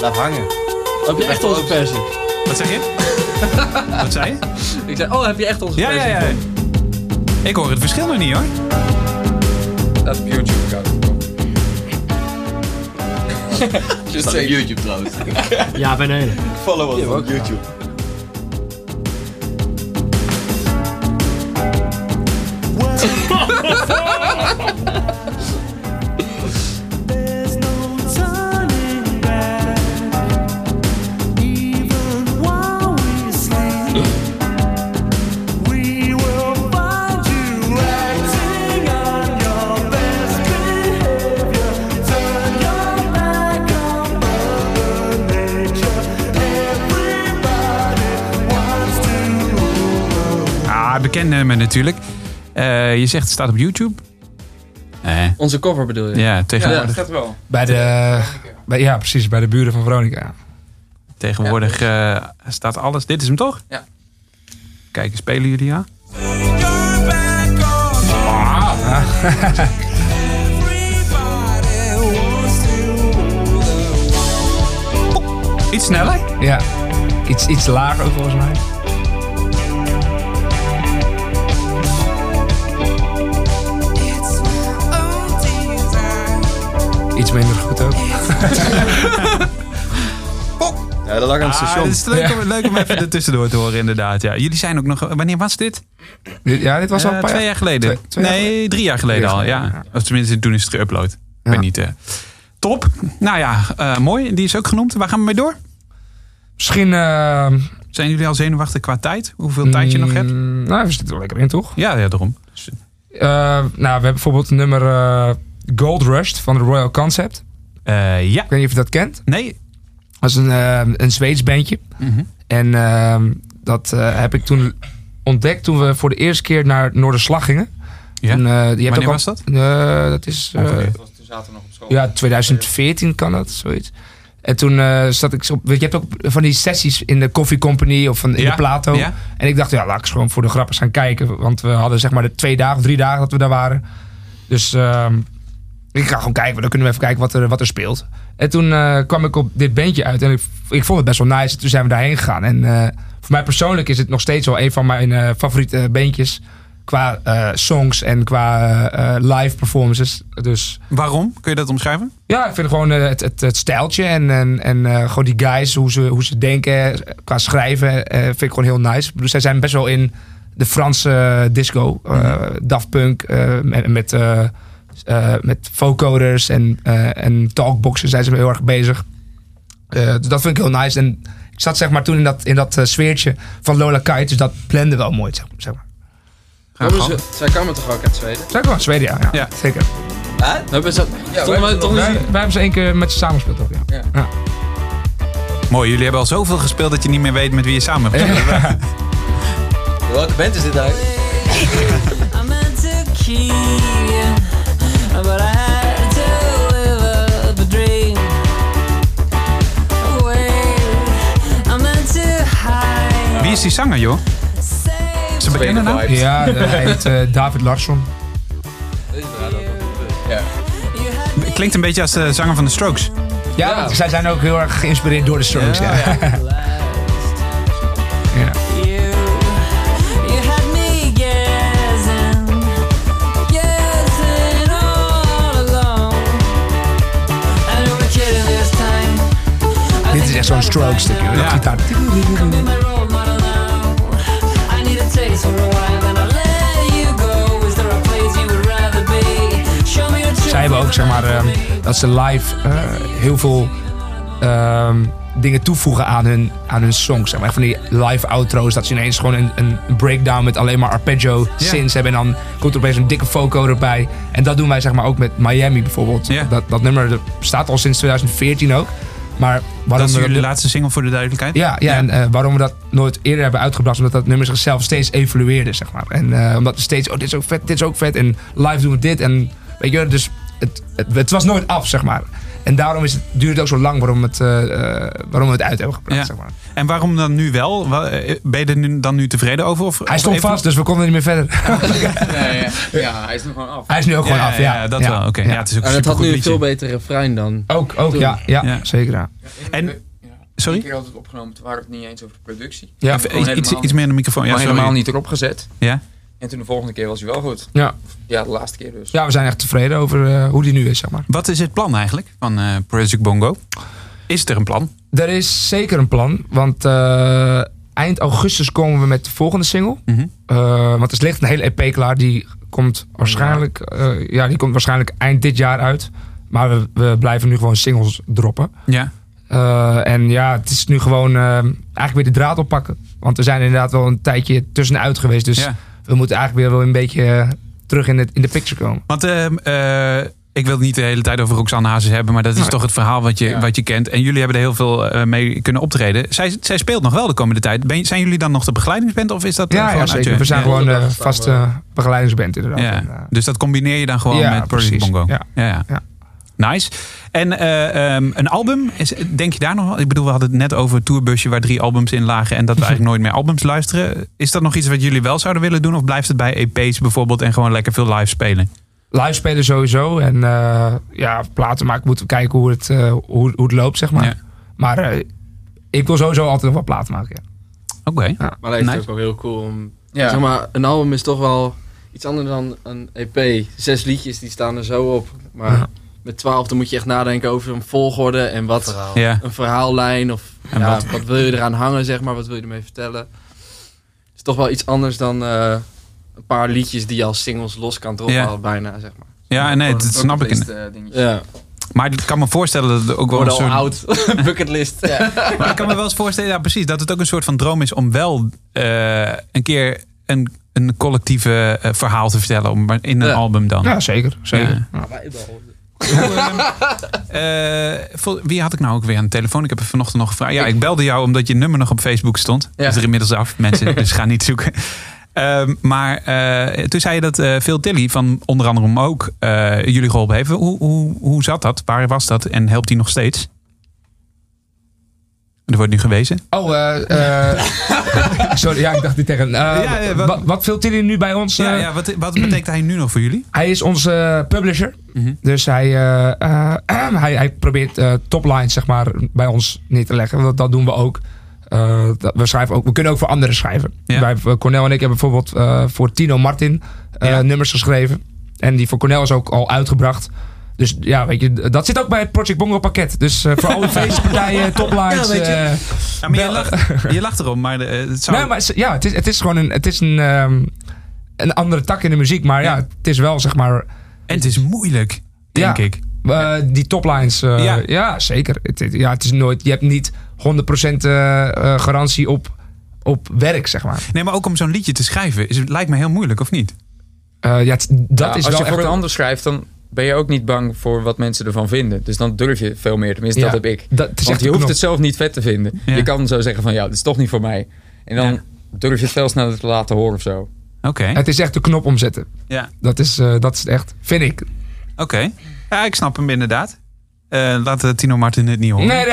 Speaker 5: Laat hangen.
Speaker 10: Heb je echt onze versie?
Speaker 2: Wat zeg je? Wat zei je?
Speaker 10: Ik zei, oh, heb je echt onze
Speaker 2: Ja, ja,
Speaker 10: versie?
Speaker 2: ja. Ik hoor het verschil nog niet hoor.
Speaker 9: Dat op YouTube koud. Just say
Speaker 5: YouTube trouwens.
Speaker 11: Ja, beneden.
Speaker 5: Follow ons op YouTube.
Speaker 2: we kennen hem Ah, natuurlijk. Eh, je zegt het staat op YouTube. Nee.
Speaker 10: Onze cover bedoel je?
Speaker 2: Ja, tegenwoordig.
Speaker 10: Ja, dat gaat wel.
Speaker 4: Bij de, bij, ja, precies, bij de buren van Veronica.
Speaker 2: Tegenwoordig eh, staat alles. Dit is hem toch?
Speaker 10: Ja.
Speaker 2: Kijk, spelen jullie ja? Ah. Iets sneller?
Speaker 4: Ja. Iets, iets lager ook volgens mij. Iets minder goed ook.
Speaker 10: Ja, dat lag aan het
Speaker 2: Ah,
Speaker 10: station.
Speaker 2: dit is leuk, om, leuk om even ertussendoor te horen, inderdaad. Ja. Jullie zijn ook nog. Wanneer was dit?
Speaker 4: Ja, dit was al
Speaker 2: Eh,
Speaker 4: een paar
Speaker 2: twee jaar geleden.
Speaker 4: Twee- twee jaar
Speaker 2: nee, drie jaar geleden
Speaker 4: Drie jaar
Speaker 2: al. Ja. Of tenminste, toen is het geüpload. Ik weet niet. eh, top. Nou ja, eh, mooi. Die is ook genoemd. Waar gaan we mee door?
Speaker 4: Misschien. eh,
Speaker 2: Zijn jullie al zenuwachtig qua tijd? Hoeveel tijd je nog hebt?
Speaker 4: Nou, we zitten er lekker in, toch?
Speaker 2: Ja, ja daarom. Dus,
Speaker 4: Eh, nou, we hebben bijvoorbeeld nummer eh, Gold Rush van de Royal Concept.
Speaker 2: Eh, ja.
Speaker 4: Ik weet niet of je dat kent.
Speaker 2: Nee.
Speaker 4: Dat is een, eh, een Zweeds bandje.
Speaker 2: Mhm.
Speaker 4: En eh, dat eh, heb ik toen ontdekt toen we voor de eerste keer naar Noorderslag gingen.
Speaker 2: Ja?
Speaker 4: Toen, eh, je hebt
Speaker 2: Wanneer
Speaker 4: ook al-
Speaker 2: was dat?
Speaker 4: Eh, dat is... eh,
Speaker 2: Ongeveer. Dat
Speaker 4: Ja, 2014 kan dat, zoiets. En toen eh, zat ik... zo op- weet Je je hebt ook van die sessies in de Coffee Company of van, in
Speaker 2: Ja,
Speaker 4: de Plato.
Speaker 2: ja.
Speaker 4: En ik dacht, ja, laat ik eens gewoon voor de grap eens gaan kijken. Want we hadden zeg maar de twee dagen, drie dagen dat we daar waren. Dus ehm, ik ga gewoon kijken, want dan kunnen we even kijken wat er, wat er speelt. En toen eh, kwam ik op dit bandje uit en ik, ik vond het best wel nice. Toen zijn we daarheen gegaan. En eh, voor mij persoonlijk is het nog steeds wel een van mijn eh, favoriete bandjes. Qua eh, songs en qua eh, eh, live performances. Dus
Speaker 2: Waarom? Kun je dat omschrijven?
Speaker 4: ja, ik vind gewoon eh, het, het, het stijltje en, en, en eh, gewoon die guys, hoe ze, hoe ze denken eh, qua schrijven, eh, vind ik gewoon heel nice. Dus zij zijn best wel in de Franse eh, disco, eh, Daft Punk, eh, met, met, eh, eh, met vocoders en, eh, en talkboxen zijn ze heel erg bezig. Eh, dus dat vind ik heel nice. En ik zat zeg maar toen in dat, in dat eh, sfeertje van Lola Kite, dus dat blende wel mooi, zeg, zeg maar.
Speaker 10: Komen ze- Zij kwamen toch ook uit Zweden?
Speaker 4: Zijn gewoon Zweden, ja, ja, zeker.
Speaker 10: Hè? We hebben ze... eh, Ja, we
Speaker 4: wij,
Speaker 10: hebben toch
Speaker 4: wij
Speaker 10: niet...
Speaker 4: hebben ze één keer met ze samengespeeld ook, ja.
Speaker 2: Mooi, jullie hebben al zoveel gespeeld dat je niet meer weet met wie je samen hebt gespeeld.
Speaker 5: Welke band is dit eigenlijk?
Speaker 12: I meant to keep you, but I had to live up a dream. Wait, I meant to hide.
Speaker 2: Wie is die zanger, joh? nou? Is ze bekende naam?
Speaker 4: Ja, hij heet eh, David Larsson.
Speaker 10: Ja.
Speaker 2: Klinkt een beetje als de zanger van de Strokes.
Speaker 4: Ja, want zij zijn ook heel erg geïnspireerd door de Strokes. Ja, Ja.
Speaker 12: You had me guessing, guessing all along. And I'm kidding this time.
Speaker 4: Dit is echt zo'n Strokes stukje. hoor, Dat gitaar.
Speaker 12: I need a taste for a while, then I'll let you go. Is there a place you would rather be? Show me your
Speaker 4: Zij hebben ook zeg maar ehm, dat ze live eh, heel veel ehm, dingen toevoegen aan hun, aan hun songs. Zeg maar. Echt van die live outro's, dat ze ineens gewoon een, een breakdown met alleen maar arpeggio synths hebben. En dan komt er opeens een dikke vocoder erbij. En dat doen wij zeg maar ook met Miami bijvoorbeeld. Dat, dat nummer dat staat al sinds 2014 ook. Maar waarom
Speaker 2: dat is
Speaker 4: we dat
Speaker 2: jullie
Speaker 4: nu-
Speaker 2: laatste single voor de duidelijkheid.
Speaker 4: Ja, ja, en eh, waarom we dat nooit eerder hebben uitgebracht, omdat dat nummer zichzelf steeds evolueerde, zeg maar. En eh, omdat we steeds, oh, dit is ook vet, dit is ook vet, en live doen we dit, en weet je, wel, dus het, het, het was nooit af, zeg maar. En daarom is het, duurde het ook zo lang waarom, het, eh, eh, waarom we het uit hebben gebracht,
Speaker 2: Ja.
Speaker 4: zeg maar.
Speaker 2: En waarom dan nu wel? Wa- eh, Ben je er nu- dan nu tevreden over? Of,
Speaker 4: Hij stond vast, dus we konden niet meer verder.
Speaker 10: Nee, ja. ja, hij is nu gewoon af.
Speaker 4: Hij is nu ook gewoon af, ja.
Speaker 2: dat wel. Oké, ja, het is ook
Speaker 10: en het had
Speaker 2: supergoed
Speaker 10: nu een
Speaker 2: liedje.
Speaker 10: veel betere refrein dan.
Speaker 4: Ook, ook,
Speaker 10: toen.
Speaker 4: ja, ja, zeker. Ja.
Speaker 2: En,
Speaker 9: Sorry?
Speaker 2: sorry?
Speaker 9: Ik keer had het opgenomen, toen waren we het niet eens over de productie.
Speaker 2: Ja.
Speaker 9: Gewoon
Speaker 2: Even
Speaker 9: helemaal
Speaker 2: iets-
Speaker 9: niet.
Speaker 2: iets meer aan de microfoon, ja,
Speaker 9: Maar
Speaker 2: sorry.
Speaker 9: helemaal niet erop gezet.
Speaker 2: Ja.
Speaker 9: En toen de volgende keer was hij wel goed.
Speaker 4: Ja.
Speaker 9: Ja, de laatste keer dus.
Speaker 4: ja, we zijn echt tevreden over eh, hoe die nu is, zeg maar.
Speaker 2: Wat is het plan eigenlijk van eh, Project Bongo? Is er een plan?
Speaker 4: Er is zeker een plan, want eh, eind augustus komen we met de volgende single. Eh, want er ligt een hele EP klaar, die komt waarschijnlijk, eh, ja, die komt waarschijnlijk eind dit jaar uit. Maar we, we blijven nu gewoon singles droppen.
Speaker 2: Ja.
Speaker 4: Eh, en ja, het is nu gewoon eh, eigenlijk weer de draad oppakken. Want we zijn inderdaad wel een tijdje tussenuit geweest. Dus
Speaker 2: Ja.
Speaker 4: we moeten eigenlijk weer wel een beetje eh, terug in, het, in de picture komen.
Speaker 2: Want ehm, eh, Ik wil het niet de hele tijd over Roxanne Hazes hebben, maar dat is
Speaker 4: Nee.
Speaker 2: toch het verhaal wat je, wat je kent. En jullie hebben er heel veel eh, mee kunnen optreden. Zij, zij speelt nog wel de komende tijd. Ben, je- zijn jullie dan nog de begeleidingsband of is dat eh,
Speaker 4: Ja,
Speaker 2: gewoon
Speaker 4: ja
Speaker 2: uit
Speaker 4: zeker.
Speaker 2: je-
Speaker 4: We zijn
Speaker 2: Ja.
Speaker 4: gewoon een vaste begeleidingsband inderdaad.
Speaker 2: Ja.
Speaker 4: En, eh,
Speaker 2: Dus dat combineer je dan gewoon
Speaker 4: Ja,
Speaker 2: met Project
Speaker 4: precies.
Speaker 2: Bongo.
Speaker 4: Ja.
Speaker 2: Ja, ja. Nice. En eh, ehm, een album, is, denk je daar nog wel? Ik bedoel, we hadden het net over het tourbusje waar drie albums in lagen en dat we eigenlijk nooit meer albums luisteren. Is dat nog iets wat jullie wel zouden willen doen of blijft het bij EP's bijvoorbeeld en gewoon lekker veel live spelen?
Speaker 4: live spelen sowieso. En eh, ja, platen maken moeten we kijken hoe het, eh, hoe, hoe het loopt, zeg maar. Maar eh, ik wil sowieso altijd nog wel platen maken. ja.
Speaker 2: Oké.
Speaker 10: Maar dat is
Speaker 4: Nice.
Speaker 10: ook wel heel cool om...
Speaker 4: Ja.
Speaker 10: Zeg maar, een album is toch wel iets anders dan een EP. Zes liedjes, die staan er zo op. Maar
Speaker 4: Ja.
Speaker 10: met twaalf, dan moet je echt nadenken over een volgorde en wat...
Speaker 9: Verhaal. Ja.
Speaker 10: Een verhaallijn of
Speaker 9: En
Speaker 10: ja,
Speaker 9: wat-
Speaker 10: wat... wil je eraan hangen, zeg maar. Wat wil je ermee vertellen? Het is toch wel iets anders dan eh, een paar liedjes die je als singles los kan droppen
Speaker 2: Ja.
Speaker 10: al bijna, zeg maar.
Speaker 2: Ja, nee, dat snap ik.
Speaker 10: Ja.
Speaker 2: Maar ik kan me voorstellen dat het ook wel een
Speaker 10: Worden
Speaker 2: soort...
Speaker 10: al oud. Bucketlist.
Speaker 2: Maar ik kan me wel eens voorstellen, ja, precies, dat het ook een soort van droom is om wel eh, een keer een, een collectieve eh, verhaal te vertellen om, maar in een
Speaker 4: Ja.
Speaker 2: album dan.
Speaker 4: Ja, zeker. zeker.
Speaker 2: Ja. Eh, vol- wie had ik nou ook weer aan de telefoon? Ik heb het vanochtend nog gevraagd. Ja, ik belde jou omdat je nummer nog op Facebook stond.
Speaker 4: Ja.
Speaker 2: Dat is er inmiddels af, mensen. dus ga niet zoeken. Ehm, maar eh, toen zei je dat eh, Phil Tilly van onder andere hem ook eh, jullie geholpen heeft. Hoe, hoe, hoe zat dat? Waar was dat? En helpt hij nog steeds? Er wordt nu gewezen.
Speaker 4: Oh, eh, eh, sorry, ja, ik dacht niet tegen. hem. Eh,
Speaker 2: Ja, ja, wat-
Speaker 4: wat, wat vult hij nu bij ons?
Speaker 2: Ja,
Speaker 4: eh,
Speaker 2: ja, wat, wat betekent hij nu nog voor jullie?
Speaker 4: Hij is onze eh, publisher.
Speaker 2: Mhm.
Speaker 4: Dus hij, eh, eh, hij, hij probeert eh, toplines zeg maar, bij ons neer te leggen. Dat, dat doen we ook. Eh, dat- we, schrijven ook. we kunnen ook voor anderen schrijven. Wij, eh, Cornel en ik hebben bijvoorbeeld eh, voor Tino Martin eh, nummers geschreven. En die voor Cornel is ook al uitgebracht. Dus ja, weet je, dat zit ook bij het Project Bongo pakket. Dus eh, voor alle feestpartijen, toplines.
Speaker 2: Ja, weet je.
Speaker 4: eh,
Speaker 2: Ja, maar je, lacht, je lacht erom, maar eh, het zou...
Speaker 4: Nee, maar het is- ja, het is, het is gewoon een, het is een, ehm, een andere tak in de muziek. Maar ja, het is wel zeg maar...
Speaker 2: En het is moeilijk, denk ik.
Speaker 4: die toplines, eh,
Speaker 2: Ja.
Speaker 4: ja. zeker. Het, het- ja, het is nooit, je hebt niet 100% eh, eh, garantie op, op werk, zeg maar.
Speaker 2: Nee, maar ook om zo'n liedje te schrijven is, lijkt me heel moeilijk, of niet?
Speaker 4: Eh, ja, het- dat
Speaker 9: Ja,
Speaker 4: is
Speaker 9: als
Speaker 4: wel
Speaker 9: je voor
Speaker 4: echt
Speaker 9: een
Speaker 4: een-
Speaker 9: ander schrijft, dan ben je ook niet bang voor wat mensen ervan vinden. Dus dan durf je veel meer. Tenminste,
Speaker 4: Ja,
Speaker 9: dat heb ik.
Speaker 4: dat is echt
Speaker 9: Want je
Speaker 4: een
Speaker 9: hoeft
Speaker 4: knop.
Speaker 9: het zelf niet vet te vinden.
Speaker 4: Ja.
Speaker 9: Je kan zo zeggen van ja, dit is toch niet voor mij. En dan durf je het veel sneller te laten horen of zo.
Speaker 2: Oké.
Speaker 4: Het is echt de knop omzetten.
Speaker 2: Ja.
Speaker 4: Dat is, eh, dat is echt, vind ik.
Speaker 2: Oké. Ja, ik snap hem inderdaad. Eh, laat eh, Tino Martin het niet horen.
Speaker 4: Nee,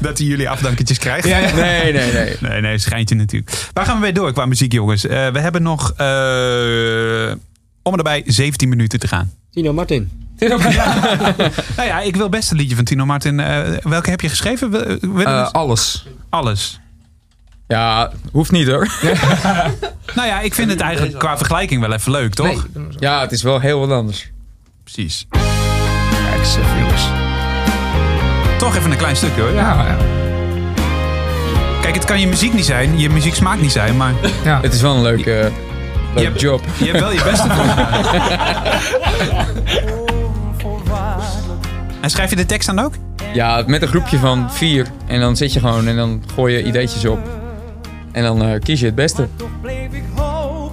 Speaker 2: dat hij jullie afdankertjes krijgt.
Speaker 4: Ja, ja.
Speaker 9: Nee, nee, nee.
Speaker 2: Nee, nee, schijntje natuurlijk. Waar gaan we mee door qua muziek, jongens? Eh, we hebben nog eh, om en erbij 17 minuten te gaan.
Speaker 13: Tino Martin.
Speaker 2: nou ja, ik wil best een liedje van Tino Martin. Eh, welke heb je geschreven? Wil- wil-
Speaker 9: Eh, alles.
Speaker 2: dus Alles.
Speaker 9: Ja, hoeft niet hoor.
Speaker 2: nou ja, ik vind het eigenlijk qua vergelijking wel even leuk, toch?
Speaker 9: Ja, het is wel heel wat anders.
Speaker 2: Precies.
Speaker 4: Kijk, zeg, jongens.
Speaker 2: Toch even een klein stukje hoor.
Speaker 4: Ja,
Speaker 2: Kijk, het kan je muziek niet zijn, je muziek smaakt niet zijn, maar...
Speaker 4: Ja.
Speaker 9: Het is wel een leuke, leuke job.
Speaker 2: Je hebt wel je beste voor En schrijf je de tekst dan ook?
Speaker 9: Ja, met een groepje van vier. En dan zit je gewoon en dan gooi je ideetjes op. En dan eh, kies je het beste.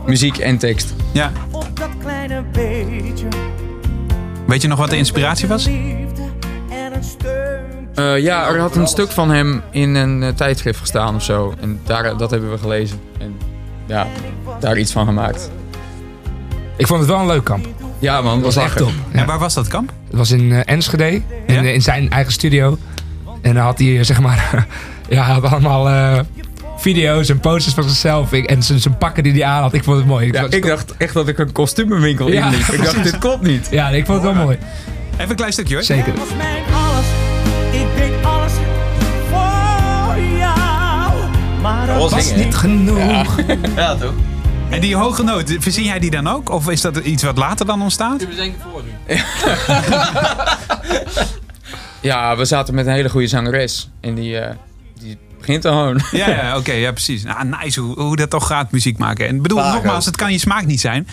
Speaker 9: Muziek en tekst.
Speaker 2: Ja.
Speaker 8: Op dat kleine beetje
Speaker 2: Weet je nog wat de inspiratie was?
Speaker 8: en een steun.
Speaker 9: Eh, ja, er had een stuk van hem in een eh, tijdschrift gestaan of zo. En daar, dat hebben we gelezen. En ja, daar iets van gemaakt.
Speaker 4: Ik vond het wel een leuk kamp.
Speaker 9: Ja man, was
Speaker 4: echt
Speaker 9: lachen.
Speaker 4: top. Ja.
Speaker 2: En waar was dat kamp?
Speaker 4: Het was in eh, Enschede, in, eh, in zijn eigen studio. En dan had hij, eh, zeg maar, ja, hij had allemaal eh, video's en posters van zichzelf. Ik- en zijn zijn pakken die hij aan had. Ik vond het mooi.
Speaker 9: Ja,
Speaker 4: vond-
Speaker 9: ik dacht echt dat ik een kostuumenwinkel
Speaker 4: Ja,
Speaker 9: inliep. Ik dacht,
Speaker 4: precies.
Speaker 9: dit klopt niet.
Speaker 4: Ja, ik vond het wel mooi.
Speaker 2: Even een klein stukje hoor.
Speaker 4: Zeker.
Speaker 8: was mijn alles. Ik deed alles voor jou. Maar
Speaker 2: Dat
Speaker 8: het
Speaker 2: was
Speaker 8: was
Speaker 2: zingen, hè?
Speaker 8: niet genoeg.
Speaker 2: Ja, toch? En die hoge noot, verzin jij die dan ook? Of is dat iets wat later dan ontstaat?
Speaker 10: voor u.
Speaker 9: Ja, we zaten met een hele goede zangeres. En die, eh, die begint gewoon.
Speaker 2: Ja, ja oké, ja, precies. Ah, nice hoe, hoe dat toch gaat, muziek maken. En ik bedoel,
Speaker 9: Vaak
Speaker 2: nogmaals,
Speaker 9: ook.
Speaker 2: het kan je smaak niet zijn.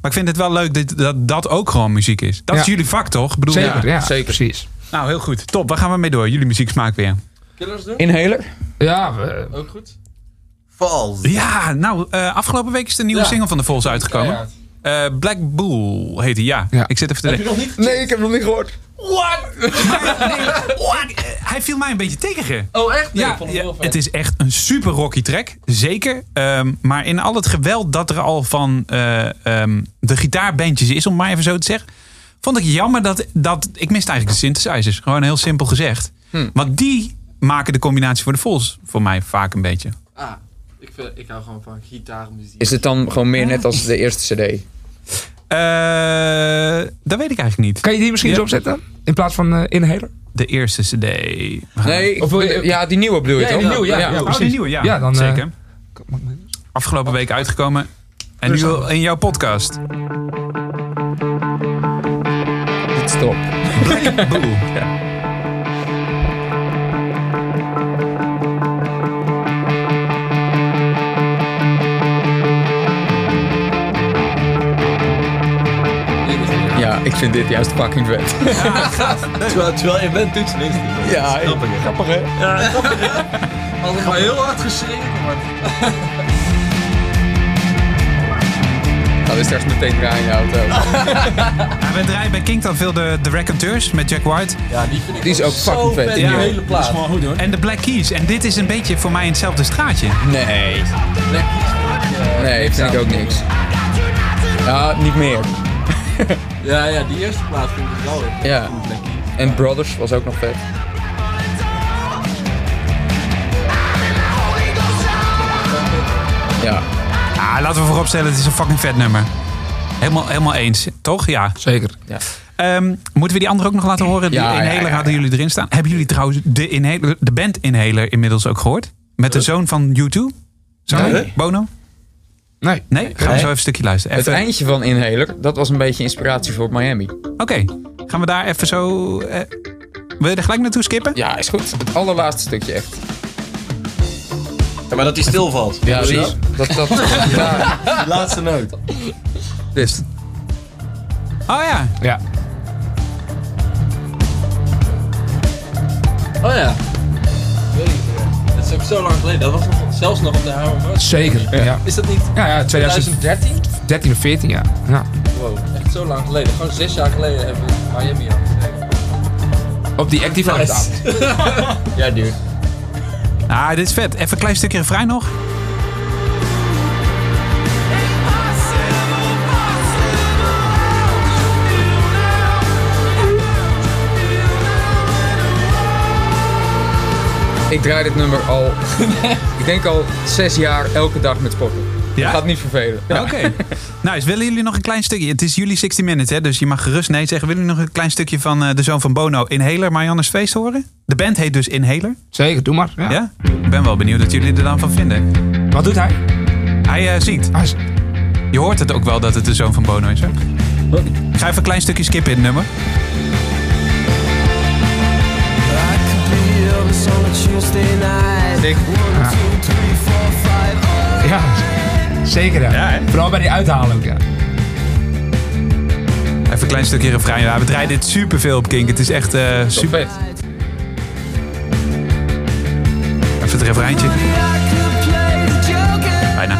Speaker 2: Maar ik vind het wel leuk dat dat, dat ook gewoon muziek is. Dat
Speaker 9: Ja.
Speaker 2: is jullie vak, toch? Ik Bedoel,
Speaker 9: Zeker, ja, Zeker.
Speaker 4: precies.
Speaker 2: Nou, heel goed. Top, waar gaan we mee door? Jullie muzieksmaak weer.
Speaker 10: Killers doen?
Speaker 9: Inhaler?
Speaker 4: Ja,
Speaker 10: Ook goed.
Speaker 2: Vals. Ja, nou, eh, afgelopen week is de nieuwe
Speaker 10: Ja.
Speaker 2: single van de Vols uitgekomen. Eh, Black Bull heet hij, ja. Ik zit even te
Speaker 5: Heb je nog niet
Speaker 2: Nee, ik heb nog niet gehoord.
Speaker 5: What?
Speaker 2: eh, Hij viel mij een beetje tegen.
Speaker 9: Oh, echt?
Speaker 2: ja, ja, het is echt een super rocky track, zeker. Ehm, maar in al het geweld dat er al van eh, ehm, de gitaarbandjes is, om maar even zo te zeggen, vond ik jammer dat, dat ik miste eigenlijk de synthesizers. Gewoon heel simpel gezegd.
Speaker 9: Hm.
Speaker 2: Want die maken de combinatie voor de vols voor mij vaak een beetje. Eh,
Speaker 10: Ah, ik, vind, ik hou gewoon van gitaarmuziek.
Speaker 9: Is het dan gewoon meer net als de eerste CD?
Speaker 2: dat weet ik eigenlijk niet.
Speaker 4: Kan je die misschien
Speaker 9: Ja.
Speaker 4: eens opzetten? In plaats van eh, Inhaler?
Speaker 2: De eerste CD.
Speaker 9: Nee, ja, die nieuwe bedoel je
Speaker 2: Ja,
Speaker 9: toch?
Speaker 2: die nieuwe, ja.
Speaker 9: Ja,
Speaker 2: Oh, die
Speaker 9: precies.
Speaker 2: nieuwe, ja.
Speaker 9: Ja, dan, eh,
Speaker 2: Zeker. Afgelopen week uitgekomen. En nu al in jouw podcast.
Speaker 9: Dit stop.
Speaker 2: Black Bull. Ja.
Speaker 9: Ja, ik vind dit juist fucking vet.
Speaker 5: terwijl, terwijl je bent toetsen niks.
Speaker 9: Ja,
Speaker 5: grappig, grappig hè?
Speaker 9: Ja,
Speaker 5: Altijd maar heel hard geschreven wordt.
Speaker 9: Dat is straks meteen draaien in je auto.
Speaker 2: Ja, we draaien bij King dan veel de, de Raconteurs met Jack White. Ja, die vind ik
Speaker 9: Die is ook ook fucking zo vet, vet, die die hele plaat. is gewoon
Speaker 2: goed hoor. En de Black Keys. En dit is een beetje voor mij in hetzelfde straatje.
Speaker 9: Nee. Nee, vind ik ook niks. Ja, niet meer.
Speaker 10: Ja, ja, die eerste plaat vind ik wel weer.
Speaker 9: Ja. En Brothers was ook nog vet. Ja.
Speaker 2: Ah, laten we vooropstellen, het is een fucking vet nummer. Helemaal, helemaal eens, toch? Ja.
Speaker 4: Zeker.
Speaker 9: Ja.
Speaker 2: Ehm, moeten we die andere ook nog laten horen? Die
Speaker 9: Ja, ja,
Speaker 2: Inhaler
Speaker 9: ja, ja.
Speaker 2: hadden jullie erin staan. Hebben jullie trouwens de, inhaler, de band Inhaler inmiddels ook gehoord? Met de zoon van U2? Sorry,
Speaker 9: Nee.
Speaker 2: Bono?
Speaker 4: Nee.
Speaker 2: Nee? Gaan we zo even een stukje luisteren.
Speaker 9: Het
Speaker 2: Even-
Speaker 9: eindje van Inhaler, dat was een beetje inspiratie voor Miami. Oké,
Speaker 2: gaan we daar even zo... eh, wil je er gelijk naartoe skippen?
Speaker 9: Ja, is goed. Het allerlaatste stukje echt.
Speaker 5: Ja, maar dat hij stilvalt.
Speaker 9: Ja, precies. Dat, dat,
Speaker 5: Laatste noot.
Speaker 9: Dus.
Speaker 2: Oh ja.
Speaker 4: Ja.
Speaker 10: Oh ja. Weet ik niet meer. Dat is ook zo lang geleden. Dat was nog, zelfs nog op de HMV.
Speaker 4: Zeker, ja.
Speaker 10: Is dat niet?
Speaker 4: Ja, ja,
Speaker 10: 2013?
Speaker 4: 13 of 14, ja. ja.
Speaker 10: Wow, Oh, echt zo lang geleden. Gewoon zes jaar geleden hebben we Miami aangekeken.
Speaker 4: Op die Active Nice.
Speaker 9: Ja, dude.
Speaker 2: Ah, dit is vet. Even een klein stukje refrein nog.
Speaker 9: Ik draai dit nummer al, ik denk al zes jaar elke dag met sporten.
Speaker 2: Ja?
Speaker 9: Gaat niet vervelen. Ja.
Speaker 2: Oké. Nice. Willen jullie nog een klein stukje? Het is jullie 60 Minutes, hè? dus je mag gerust nee zeggen. Willen jullie nog een klein stukje van eh, de zoon van Bono, Inhaler, Marianne's Feest horen? De band heet dus Inhaler.
Speaker 4: Zeker, doe maar. Ja?
Speaker 2: Ik ben wel benieuwd wat jullie er dan van vinden.
Speaker 4: Wat doet hij?
Speaker 2: Hij eh, zingt. Je hoort het ook wel dat het de zoon van Bono is, hè? Ik ga even een klein stukje skippen in het nummer.
Speaker 4: Ja, zeker ja. Vooral bij die uithalen ook, ja.
Speaker 2: Even een klein stukje refrein. Ja, we draaien dit super veel op Kink. Het is echt eh, super. Even het refreintje. Bijna.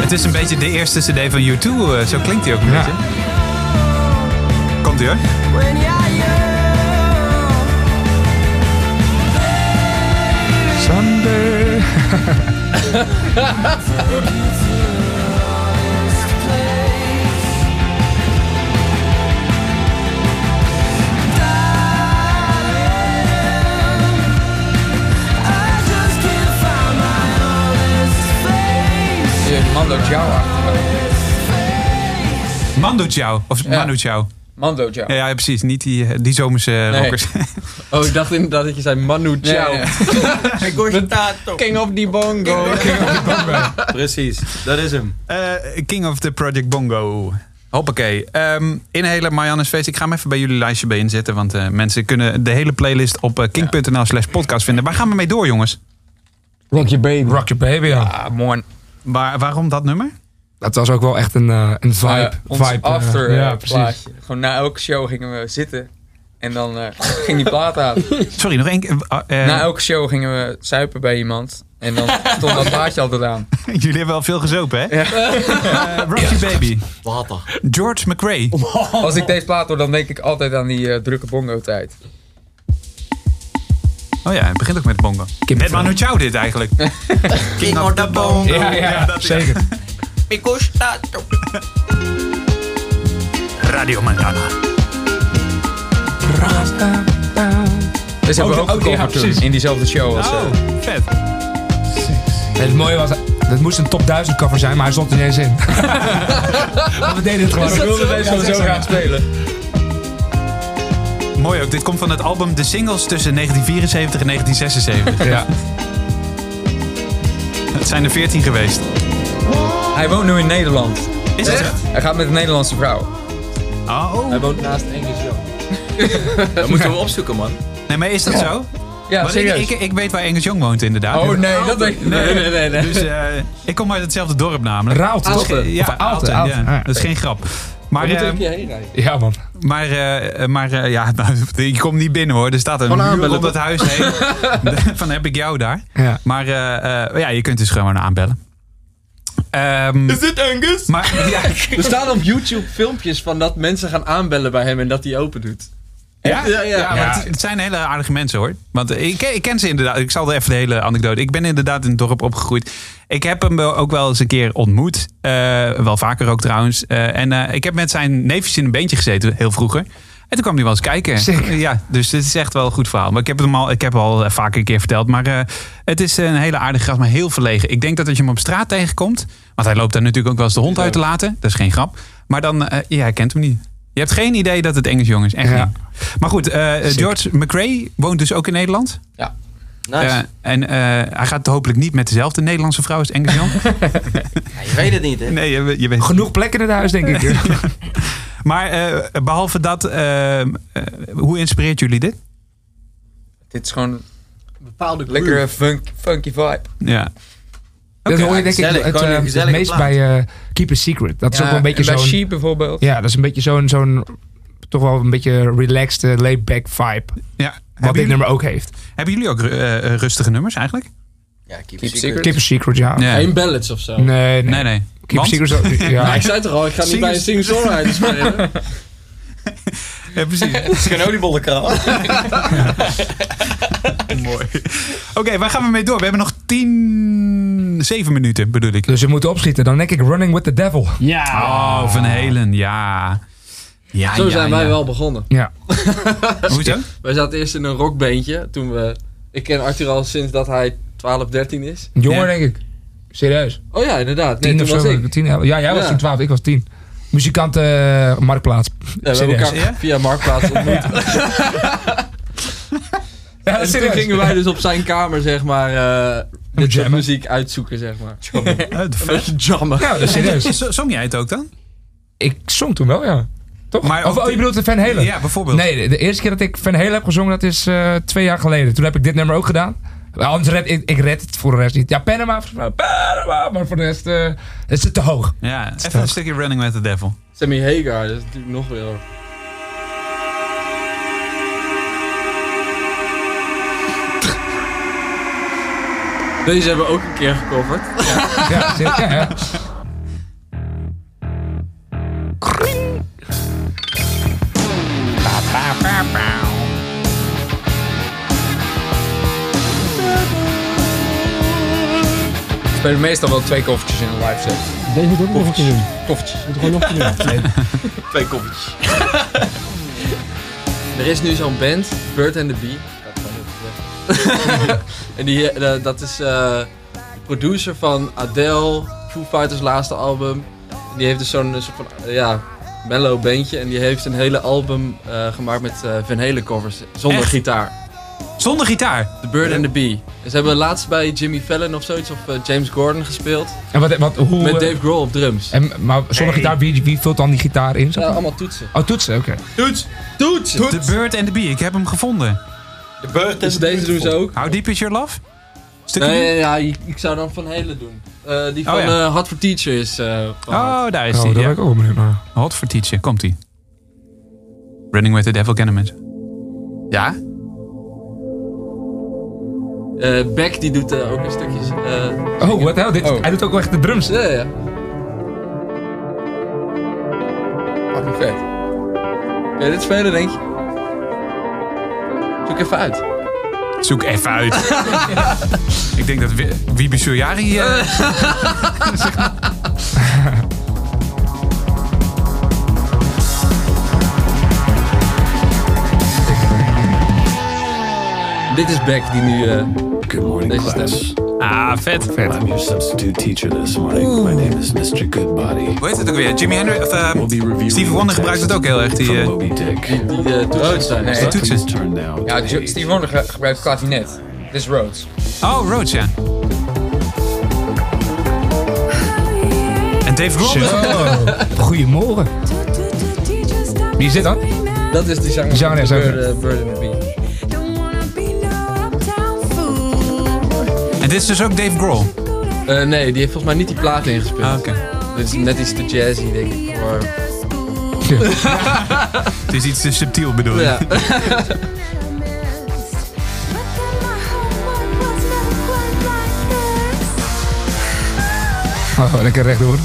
Speaker 2: Het is een beetje de eerste CD van U2. eh, zo klinkt hij ook een beetje. Komt ie hoor.
Speaker 4: Sunday.
Speaker 9: Je Mando Chao
Speaker 2: Mando Chao. Of Manu Chao.
Speaker 9: Mando Chao.
Speaker 2: Ja, ja, precies. Niet die, eh, die zomerse
Speaker 9: Nee.
Speaker 2: rockers.
Speaker 10: Oh, ik dacht inderdaad dat je zei Manu Chao.
Speaker 9: Ik hoor King of the Bongo.
Speaker 5: Precies, dat is hem.
Speaker 2: Eh, King of the Project Bongo. Hoppakee. Ehm in hele Marianne's Feest. Ik ga hem even bij jullie lijstje bij inzetten. Want eh, mensen kunnen de hele playlist op eh, king.nl slash podcast vinden. Waar gaan we mee door, jongens?
Speaker 9: Rock Your Baby.
Speaker 4: Rock Your Baby, ja.
Speaker 9: Ah, mooi.
Speaker 2: Waar, waarom dat nummer?
Speaker 4: dat was ook wel echt een, eh, een vibe.
Speaker 9: Eh, ons
Speaker 4: vibe eh,
Speaker 9: after
Speaker 4: ja,
Speaker 9: eh,
Speaker 4: precies.
Speaker 9: plaatje. Gewoon na elke show gingen we zitten. En dan eh, ging die plaat aan.
Speaker 2: Sorry, nog één keer. eh, eh,
Speaker 10: Nou,
Speaker 9: Na elke show gingen we zuipen bij iemand. En dan stond dat plaatje altijd aan.
Speaker 2: Jullie hebben wel veel gezopen, hè? Eh, Rock Your Baby. Water. George McRae.
Speaker 9: Als ik deze plaat hoor, dan denk ik altijd aan die eh, drukke bongo-tijd.
Speaker 2: Oh ja, het begint ook met bongo. Met Manu Chao dit eigenlijk. King of the bongo. Ja, ja, dat zeker. Radio Mandana.
Speaker 9: Dus hebben we ook
Speaker 4: ook, ja,
Speaker 9: gecoverd toen,
Speaker 4: precies.
Speaker 9: in diezelfde show.
Speaker 2: Nou.
Speaker 9: Als, eh,
Speaker 2: Oh, Vet.
Speaker 4: Het mooie was, dat moest een top 1000 cover zijn, maar hij stond er niet eens in. Maar we deden het gewoon.
Speaker 9: Ik wilde deze wel zo graag spelen.
Speaker 2: Mooi ook, dit komt van het album De Singles tussen 1974 en 1976.
Speaker 4: Ja.
Speaker 2: Het zijn er 14 geweest.
Speaker 9: Hij woont nu in Nederland.
Speaker 2: Is dat echt?
Speaker 9: Hij gaat met een Nederlandse vrouw.
Speaker 2: Oh. Hij
Speaker 9: woont naast Engels
Speaker 13: Dan moeten we hem opzoeken, man.
Speaker 2: Nee, maar is dat zo?
Speaker 13: Ja,
Speaker 2: Want
Speaker 13: serieus.
Speaker 2: Ik, ik, ik weet waar Engels Jong woont inderdaad.
Speaker 9: Oh, nee, dat weet ik niet.
Speaker 2: Nee,
Speaker 9: Nee, nee, nee.
Speaker 2: Dus eh, ik kom uit hetzelfde dorp namelijk.
Speaker 4: Raalte,
Speaker 2: Dat is
Speaker 4: toch?
Speaker 2: ge- Ja,
Speaker 4: Of Aalten,
Speaker 2: Aalten,
Speaker 4: Aalten.
Speaker 2: ja.
Speaker 4: Ah, ja.
Speaker 2: Dat is geen grap. Maar,
Speaker 4: moeten
Speaker 2: eh,
Speaker 4: een
Speaker 10: keer heen rijden.
Speaker 4: Ja, man.
Speaker 2: maar, eh, maar eh, ja, nou, je komt niet binnen hoor. Er staat een
Speaker 10: Gewoon
Speaker 2: muur
Speaker 10: aanbellen,
Speaker 2: om dat
Speaker 10: toch?
Speaker 2: huis heen. Van heb ik jou daar.
Speaker 4: Ja.
Speaker 2: Maar eh, eh, ja, je kunt dus gewoon aanbellen. Ehm,
Speaker 10: dit Angus?
Speaker 2: Maar, ja.
Speaker 10: Er staan op YouTube filmpjes van dat mensen gaan aanbellen bij hem en dat hij open doet.
Speaker 2: Ja, ja,
Speaker 10: Ja, ja.
Speaker 2: maar
Speaker 10: Ja.
Speaker 2: Het, het zijn hele aardige mensen hoor. Want eh, ik, ken- ik ken ze inderdaad. Ik zal er even de hele anekdote. Ik ben inderdaad in het dorp opgegroeid. Ik heb hem wel- ook wel eens een keer ontmoet. Eh, wel vaker ook trouwens. Eh, en eh, ik heb met zijn neefjes in een beentje gezeten, heel vroeger. En toen kwam hij wel eens kijken.
Speaker 4: Zeker.
Speaker 2: Ja, dus dit is echt wel een goed verhaal. Maar ik heb hem al, ik heb al eh, vaker een keer verteld. Maar eh, het is een hele aardige gast, maar heel verlegen. Ik denk dat als je hem op straat tegenkomt. Want hij loopt daar natuurlijk ook wel eens de hond uit te laten. Dat is geen grap. Maar dan, eh ja, hij kent hem niet. Je hebt geen idee dat het Engels jong is. Echt
Speaker 4: Ja.
Speaker 2: niet. Maar goed, eh, George McRae woont dus ook in Nederland.
Speaker 9: Ja.
Speaker 2: Eh, en eh, hij gaat hopelijk niet met dezelfde Nederlandse vrouw als Engels jong.
Speaker 13: Je weet het niet, hè?
Speaker 2: nee, je, je weet
Speaker 4: Genoeg plekken in het huis, denk ik.
Speaker 2: Maar eh, behalve dat, eh, eh, hoe inspireert jullie dit?
Speaker 9: Dit is gewoon
Speaker 10: Bepaalde groep.
Speaker 9: lekkere funk, funky vibe.
Speaker 2: Ja.
Speaker 4: Dat hoor je denk
Speaker 13: gezellig,
Speaker 4: ik het,
Speaker 13: gewoon een
Speaker 4: eh, het
Speaker 13: gezellige
Speaker 4: meest
Speaker 13: plaat.
Speaker 4: bij eh, Keep It Secret. Dat is
Speaker 9: Ja,
Speaker 4: ook wel een beetje
Speaker 9: en bij
Speaker 4: zo'n...
Speaker 9: She bijvoorbeeld.
Speaker 4: Ja, dat is een beetje zo'n... zo'n toch wel een beetje relaxed, eh, laid-back vibe.
Speaker 2: Ja.
Speaker 4: Wat dit
Speaker 2: jullie-
Speaker 4: nummer ook heeft.
Speaker 2: Hebben jullie ook eh, eh, rustige nummers eigenlijk?
Speaker 13: Ja, keep, it
Speaker 9: Keep secret.
Speaker 13: secret.
Speaker 4: Keep It Secret, ja.
Speaker 2: Ja.
Speaker 10: Geen ballads of zo.
Speaker 4: Nee, nee.
Speaker 2: Nee, nee.
Speaker 4: Keep It
Speaker 2: Want?
Speaker 4: Secret is ook- ja.
Speaker 10: Maar ik zei toch al, ik ga niet bij een singer-songwriter spelen.
Speaker 2: Ja, precies.
Speaker 13: Het is geen oliebollenkraal.
Speaker 2: Mooi. Oké, waar gaan we mee door? We hebben nog tien, zeven minuten bedoel ik.
Speaker 4: Dus we moeten opschieten. Dan denk ik Running With The Devil.
Speaker 11: Ja.
Speaker 2: Oh, Van Helen, ja. ja
Speaker 10: Zo
Speaker 2: ja,
Speaker 10: zijn wij
Speaker 2: ja.
Speaker 10: wel begonnen.
Speaker 4: Ja.
Speaker 2: Hoezo?
Speaker 10: Wij zaten eerst in een rockbeentje toen we... Ik ken Arthur al sinds dat hij 12, 13 is.
Speaker 4: Jonger
Speaker 2: Ja.
Speaker 4: denk ik. Serieus.
Speaker 10: Oh ja, inderdaad. Nee,
Speaker 4: Tien
Speaker 10: toen
Speaker 4: of
Speaker 10: was
Speaker 4: zo.
Speaker 10: ik.
Speaker 4: Tien, ja, jij was
Speaker 10: Ja.
Speaker 4: toen twaalf. Ik was tien. Muzikant eh, Marktplaats.
Speaker 10: Ja, we hebben
Speaker 4: Serieus.
Speaker 10: elkaar via Marktplaats ontmoet.
Speaker 4: Ja,
Speaker 10: En toen
Speaker 4: serieus.
Speaker 10: gingen wij dus op zijn kamer, zeg maar, eh dit soort
Speaker 4: jammen.
Speaker 10: muziek uitzoeken, zeg maar.
Speaker 2: Eh, de
Speaker 10: Een
Speaker 2: fuck?
Speaker 10: beetje jammen.
Speaker 4: Ja, dat is serieus.
Speaker 2: Z- Zong jij het ook dan?
Speaker 4: Ik zong toen wel, ja. Toch?
Speaker 2: Maar
Speaker 4: of,
Speaker 2: op
Speaker 4: oh,
Speaker 2: de-
Speaker 4: je bedoelt de Van Halen?
Speaker 2: Ja, bijvoorbeeld.
Speaker 4: Nee, de, de eerste keer dat ik Van Halen heb gezongen, dat is eh, twee jaar geleden. Toen heb ik dit nummer ook gedaan. Maar Anders red ik, ik red het voor de rest niet. Ja, Panama, volgens mij. Panama, maar voor de rest eh, is het te hoog.
Speaker 2: Ja, even een stukje Running With The Devil.
Speaker 10: Sammy Hagar, dat is natuurlijk nog weer... Deze hebben we ook een keer gecoverd.
Speaker 4: Ja, zeker, ja, ja.
Speaker 9: We spelen meestal wel twee koffertjes in een live set.
Speaker 11: Deze moet ook nog een keer doen.
Speaker 9: Koffertjes.
Speaker 11: Moet gewoon nog een keer doen.
Speaker 10: Twee koffies. er is nu zo'n band, Bird and the Bee. Dat kan ik niet zeggen. en die, eh, dat is eh, de producer van Adele, Foo Fighters laatste album. En die heeft dus zo'n eh, soort van, eh, ja, mellow bandje. En die heeft een hele album eh, gemaakt met eh Van Halen covers, zonder
Speaker 2: Echt?
Speaker 10: gitaar.
Speaker 2: Zonder gitaar.
Speaker 10: The Bird and the Bee. En ze hebben laatst bij Jimmy Fallon of zoiets, of eh, James Gordon gespeeld.
Speaker 4: En wat, wat, hoe,
Speaker 10: met
Speaker 4: eh,
Speaker 10: Dave Grohl op drums.
Speaker 4: en, maar zonder gitaar, wie, wie vult dan die gitaar in?
Speaker 10: Ja, allemaal toetsen.
Speaker 4: Oh, toetsen, oké.
Speaker 10: Toets! Toets! Toets!
Speaker 2: The Bird and the Bee, ik heb hem gevonden.
Speaker 10: Dus deze doen ze ook.
Speaker 2: How Deep Is Your Love? Stukje
Speaker 10: nee,
Speaker 2: doen?
Speaker 10: ja, ik, ik zou dan Van Helen doen. Eh, die
Speaker 2: Oh,
Speaker 10: van eh
Speaker 2: ja.
Speaker 10: Hot for Teacher is... eh, van
Speaker 2: Oh, daar is
Speaker 10: Oh,
Speaker 2: hij.
Speaker 10: daar ben
Speaker 4: ik ook wel benieuwd naar.
Speaker 2: Hot for teacher, komt ie. Running with the devil kennen mensen.
Speaker 10: Ja? Eh, Beck die doet eh, ook een stukjes. eh,
Speaker 4: Oh, wat hell? Dit, Hij doet ook wel echt de drums.
Speaker 10: Ja, ja.
Speaker 9: Fucking vet.
Speaker 10: Kun je dit spelen, denk je? Zoek even uit.
Speaker 2: Zoek even uit. ik denk dat Wi- Wiebe Suljari hier...
Speaker 10: Dit is Beck die nu... eh
Speaker 1: Good morning,
Speaker 10: deze stem.
Speaker 1: class.
Speaker 2: Ah, vet.
Speaker 1: I'm your substitute teacher this morning. My name is Mr. Goodbody.
Speaker 2: Hoe heet het ook weer? Jimi Hendrix? Of, eh, Stevie Wonder gebruikt het ook heel erg, die... eh,
Speaker 9: Rhodes zijn.
Speaker 2: die toetsen.
Speaker 9: Ja,
Speaker 1: Ah,
Speaker 9: Jo- Steve Wonder ge- gebruikt klarinet. Dit is Rhodes.
Speaker 2: Oh, Rhodes, ja. En Dave Grohl.
Speaker 4: Oh. Goedemorgen. Wie is dit dan?
Speaker 10: Dat is die zanger.
Speaker 4: Die zanger,
Speaker 10: van
Speaker 4: ja,
Speaker 10: Bird,
Speaker 4: zanger.
Speaker 10: eh, Bird in the Bee.
Speaker 2: En dit is dus ook Dave Grohl?
Speaker 10: Eh, nee, die heeft volgens mij niet die plaat ingespeeld.
Speaker 2: Ah.
Speaker 10: Ah, oké. Dit is net iets te jazzy, denk ik. Voor...
Speaker 2: Het is iets te subtiel bedoel je?
Speaker 10: Ja.
Speaker 4: Oh, lekker rechtdoor.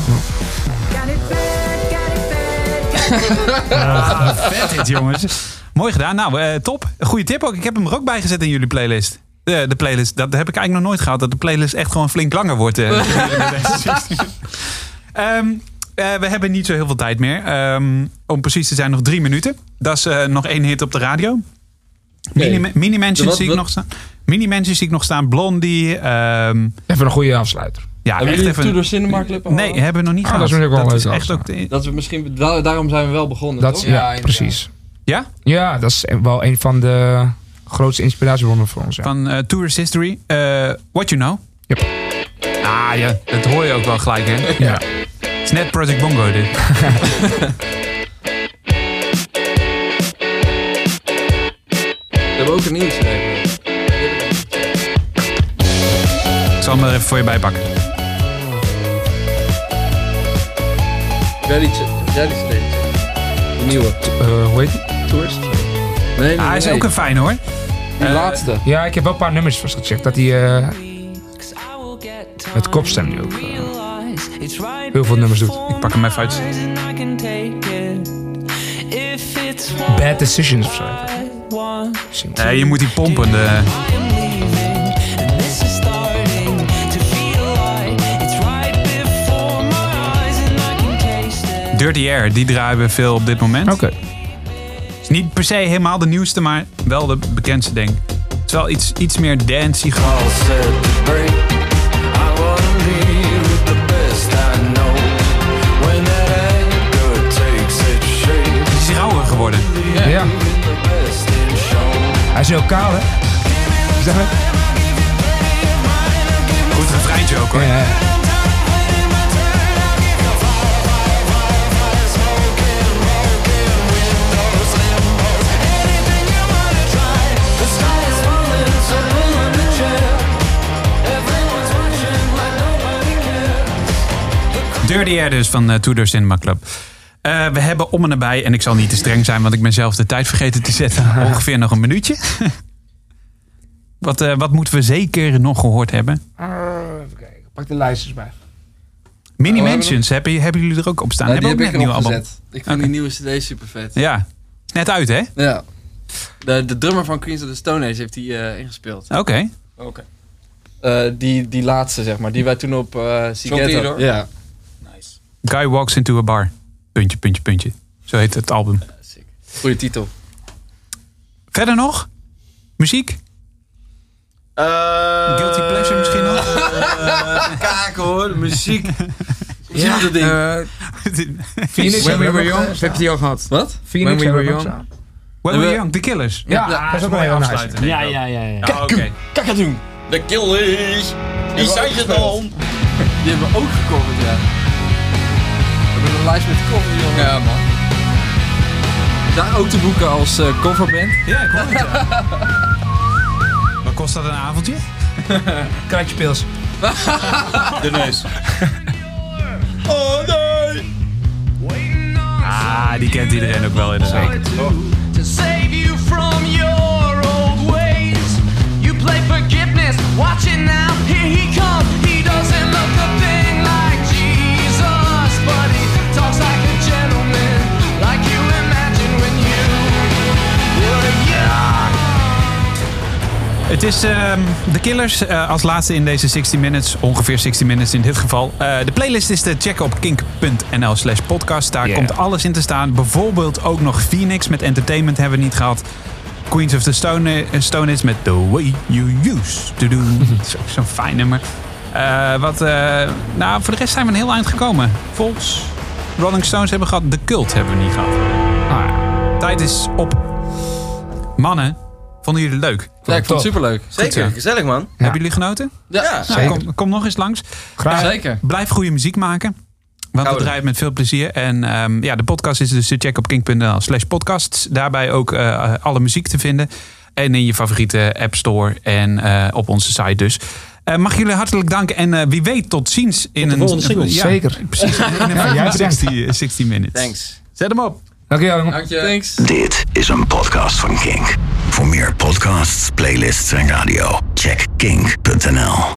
Speaker 2: Ah, vet dit, jongens. Mooi gedaan. Nou, eh, top. Goede tip ook. Ik heb hem er ook bij gezet in jullie playlist. Eh, De, de playlist. Dat heb ik eigenlijk nog nooit gehad. Dat de playlist echt gewoon flink langer wordt. eh, gedurende deze sessie. Ehm, eh, we hebben niet zo heel veel tijd meer. Ehm, om precies te zijn, nog drie minuten. Dat is eh, nog één hit op de radio. Mini, mini Mansion
Speaker 9: Wat-
Speaker 2: zie ik
Speaker 9: wat-
Speaker 2: nog staan. Mini Mansion zie ik nog staan. Blondie. ehm,
Speaker 4: Even een goede afsluiter.
Speaker 2: ja,
Speaker 10: Hebben
Speaker 2: echt
Speaker 10: jullie de
Speaker 2: even.
Speaker 10: Tudor Cinema Club al
Speaker 2: Nee,
Speaker 10: gehad?
Speaker 2: hebben we nog niet
Speaker 10: Ah,
Speaker 2: gehad.
Speaker 4: dat is natuurlijk wel een leuke
Speaker 2: echt ook de-
Speaker 10: Dat we misschien, da- daarom zijn we wel begonnen,
Speaker 4: Dat,
Speaker 10: toch?
Speaker 4: ja, precies.
Speaker 2: Ja?
Speaker 4: Ja, dat is wel een van de grootste inspiratiebronnen voor ons. Ja.
Speaker 2: van eh, Tourist History. eh, what You Know. Ah ja, dat hoor je ook wel gelijk, hè?
Speaker 4: Ja.
Speaker 2: Het is net Project Bongo, dit.
Speaker 10: We hebben ook een nieuws gekregen.
Speaker 2: Ik zal hem er even voor je bijpakken.
Speaker 10: Ready to, ready to De nieuwe.
Speaker 4: Eh, hoe heet die?
Speaker 10: Tourist. Nee, nee,
Speaker 4: Ah, hij is
Speaker 10: nee.
Speaker 4: ook een fijn hoor.
Speaker 10: Die laatste.
Speaker 4: Ja, ik heb wel een paar nummers vast gecheckt. Dat hij. eh, met kopstem nu ook. eh, heel veel nummers doet.
Speaker 2: Ik pak hem even uit.
Speaker 4: Bad Decisions of zo.
Speaker 2: Nee, je moet die pompen. De... Dirty Air, die draaien we veel op dit moment. Oké. Is niet per se helemaal de nieuwste, maar wel de bekendste, denk ik. Het is wel iets, iets meer dancey gewoon. Het is hier ouder geworden.
Speaker 4: Ja. Hij is heel kaal, hè? Zeg maar.
Speaker 2: Goed refreintje ook hoor.
Speaker 4: Ja, ja.
Speaker 2: Dirty Air dus van eh Tudor Cinema Club. Eh, we hebben om en nabij, en ik zal niet te streng zijn, want ik ben zelf de tijd vergeten te zetten. Ongeveer nog een minuutje. wat, eh, wat moeten we zeker nog gehoord hebben?
Speaker 4: Eh, Even kijken. Pak de lijstjes bij.
Speaker 2: Mini
Speaker 10: Oh, hebben
Speaker 2: Mansions, hebben, hebben jullie er ook op staan?
Speaker 10: Ja, die
Speaker 2: hebben ook
Speaker 10: heb ik
Speaker 2: net nieuwe
Speaker 10: erop
Speaker 2: album.
Speaker 10: gezet. Ik vind die nieuwe cd super vet.
Speaker 2: Ja, is net uit hè?
Speaker 10: Ja. De, de drummer van Queens of the Stone Age heeft die eh, ingespeeld.
Speaker 2: Oké.
Speaker 9: Oké.
Speaker 10: Eh, die, die laatste, zeg maar. Die wij toen op eh Sigurd
Speaker 9: Theodore?
Speaker 10: Ja.
Speaker 2: Guy Walks Into a Bar. Puntje, puntje, puntje. Zo heet het album.
Speaker 10: Goeie titel.
Speaker 2: Verder nog? Muziek? Guilty Pleasure misschien nog?
Speaker 13: Kaken hoor, muziek.
Speaker 9: Ja, dat ding.
Speaker 4: Phoenix
Speaker 9: When We Were
Speaker 4: hebben we ook,
Speaker 9: Young.
Speaker 4: eh,
Speaker 9: Heb je die al gehad?
Speaker 10: Wat?
Speaker 4: Phoenix
Speaker 9: When We
Speaker 4: hebben
Speaker 9: Were
Speaker 4: we ook
Speaker 9: Young.
Speaker 4: staan.
Speaker 2: When We Were Young, The Killers.
Speaker 4: Ja, dat is ook wel
Speaker 2: mooi
Speaker 4: heel nice.
Speaker 2: afsluiten, denk
Speaker 11: Ja,
Speaker 2: ik ook.
Speaker 11: ja, ja, ja.
Speaker 2: Ah, Oké.
Speaker 11: Kakadoen.
Speaker 13: De killers. Die zijn je dan.
Speaker 10: Die hebben we ook gecoverd, ja. We hebben een lijst met covers, jongen.
Speaker 9: Ja, man.
Speaker 10: Daar ook te boeken als eh, coverband.
Speaker 2: Ja, ik hoor het. ja. Wat kost dat een avondje?
Speaker 4: Kratje pils.
Speaker 14: De neus. Oh nee!
Speaker 2: Ah, die kent iedereen ook wel inderdaad.
Speaker 12: to save you from your old ways. You play forgiveness, watch it now. Here he comes. He doesn't look a thing like Jesus, but he talks like a gentleman, like you imagine when you were young.
Speaker 2: Het is ehm The Killers eh, als laatste in deze 60 Minutes. Ongeveer 60 Minutes in dit geval. Eh, de playlist is te checken op kink.nl slash podcast. Daar komt alles in te staan. Bijvoorbeeld ook nog Phoenix met Entertainment hebben we niet gehad. Queens of the Stone, eh, Stone Age met The Way You Used To Do. Zo- Zo'n fijn nummer. Eh, wat, eh, nou, voor de rest zijn we een heel eind gekomen. Volks, Rolling Stones hebben we gehad. The Cult hebben we niet gehad. Ah, tijd is op. Mannen, vonden jullie het leuk?
Speaker 10: Ja, ik vond het superleuk.
Speaker 15: Zeker, gezellig man.
Speaker 2: Hebben jullie genoten?
Speaker 10: Ja. Ja,
Speaker 2: Nou,
Speaker 10: zeker.
Speaker 2: kom, kom nog eens langs.
Speaker 10: Graag.
Speaker 2: Eh,
Speaker 10: Zeker.
Speaker 2: Blijf goede muziek maken. Want we draaien met veel plezier. En ehm, ja, de podcast is dus te checken op kink.nl slash podcasts. Daarbij ook eh, alle muziek te vinden. En in je favoriete app store en eh, op onze site dus. Eh, mag jullie hartelijk danken. En eh, wie weet, tot ziens in een...
Speaker 4: volgende single.
Speaker 2: Ja,
Speaker 4: Zeker.
Speaker 2: Precies. In een
Speaker 4: Ja, jij bedankt.
Speaker 2: 60, 60 eh, minutes. Thanks. Zet hem op.
Speaker 4: Dankjewel. jongen.
Speaker 10: Thanks.
Speaker 1: Dit is een podcast van Kink. Voor meer podcasts, playlists en radio, check kink.nl.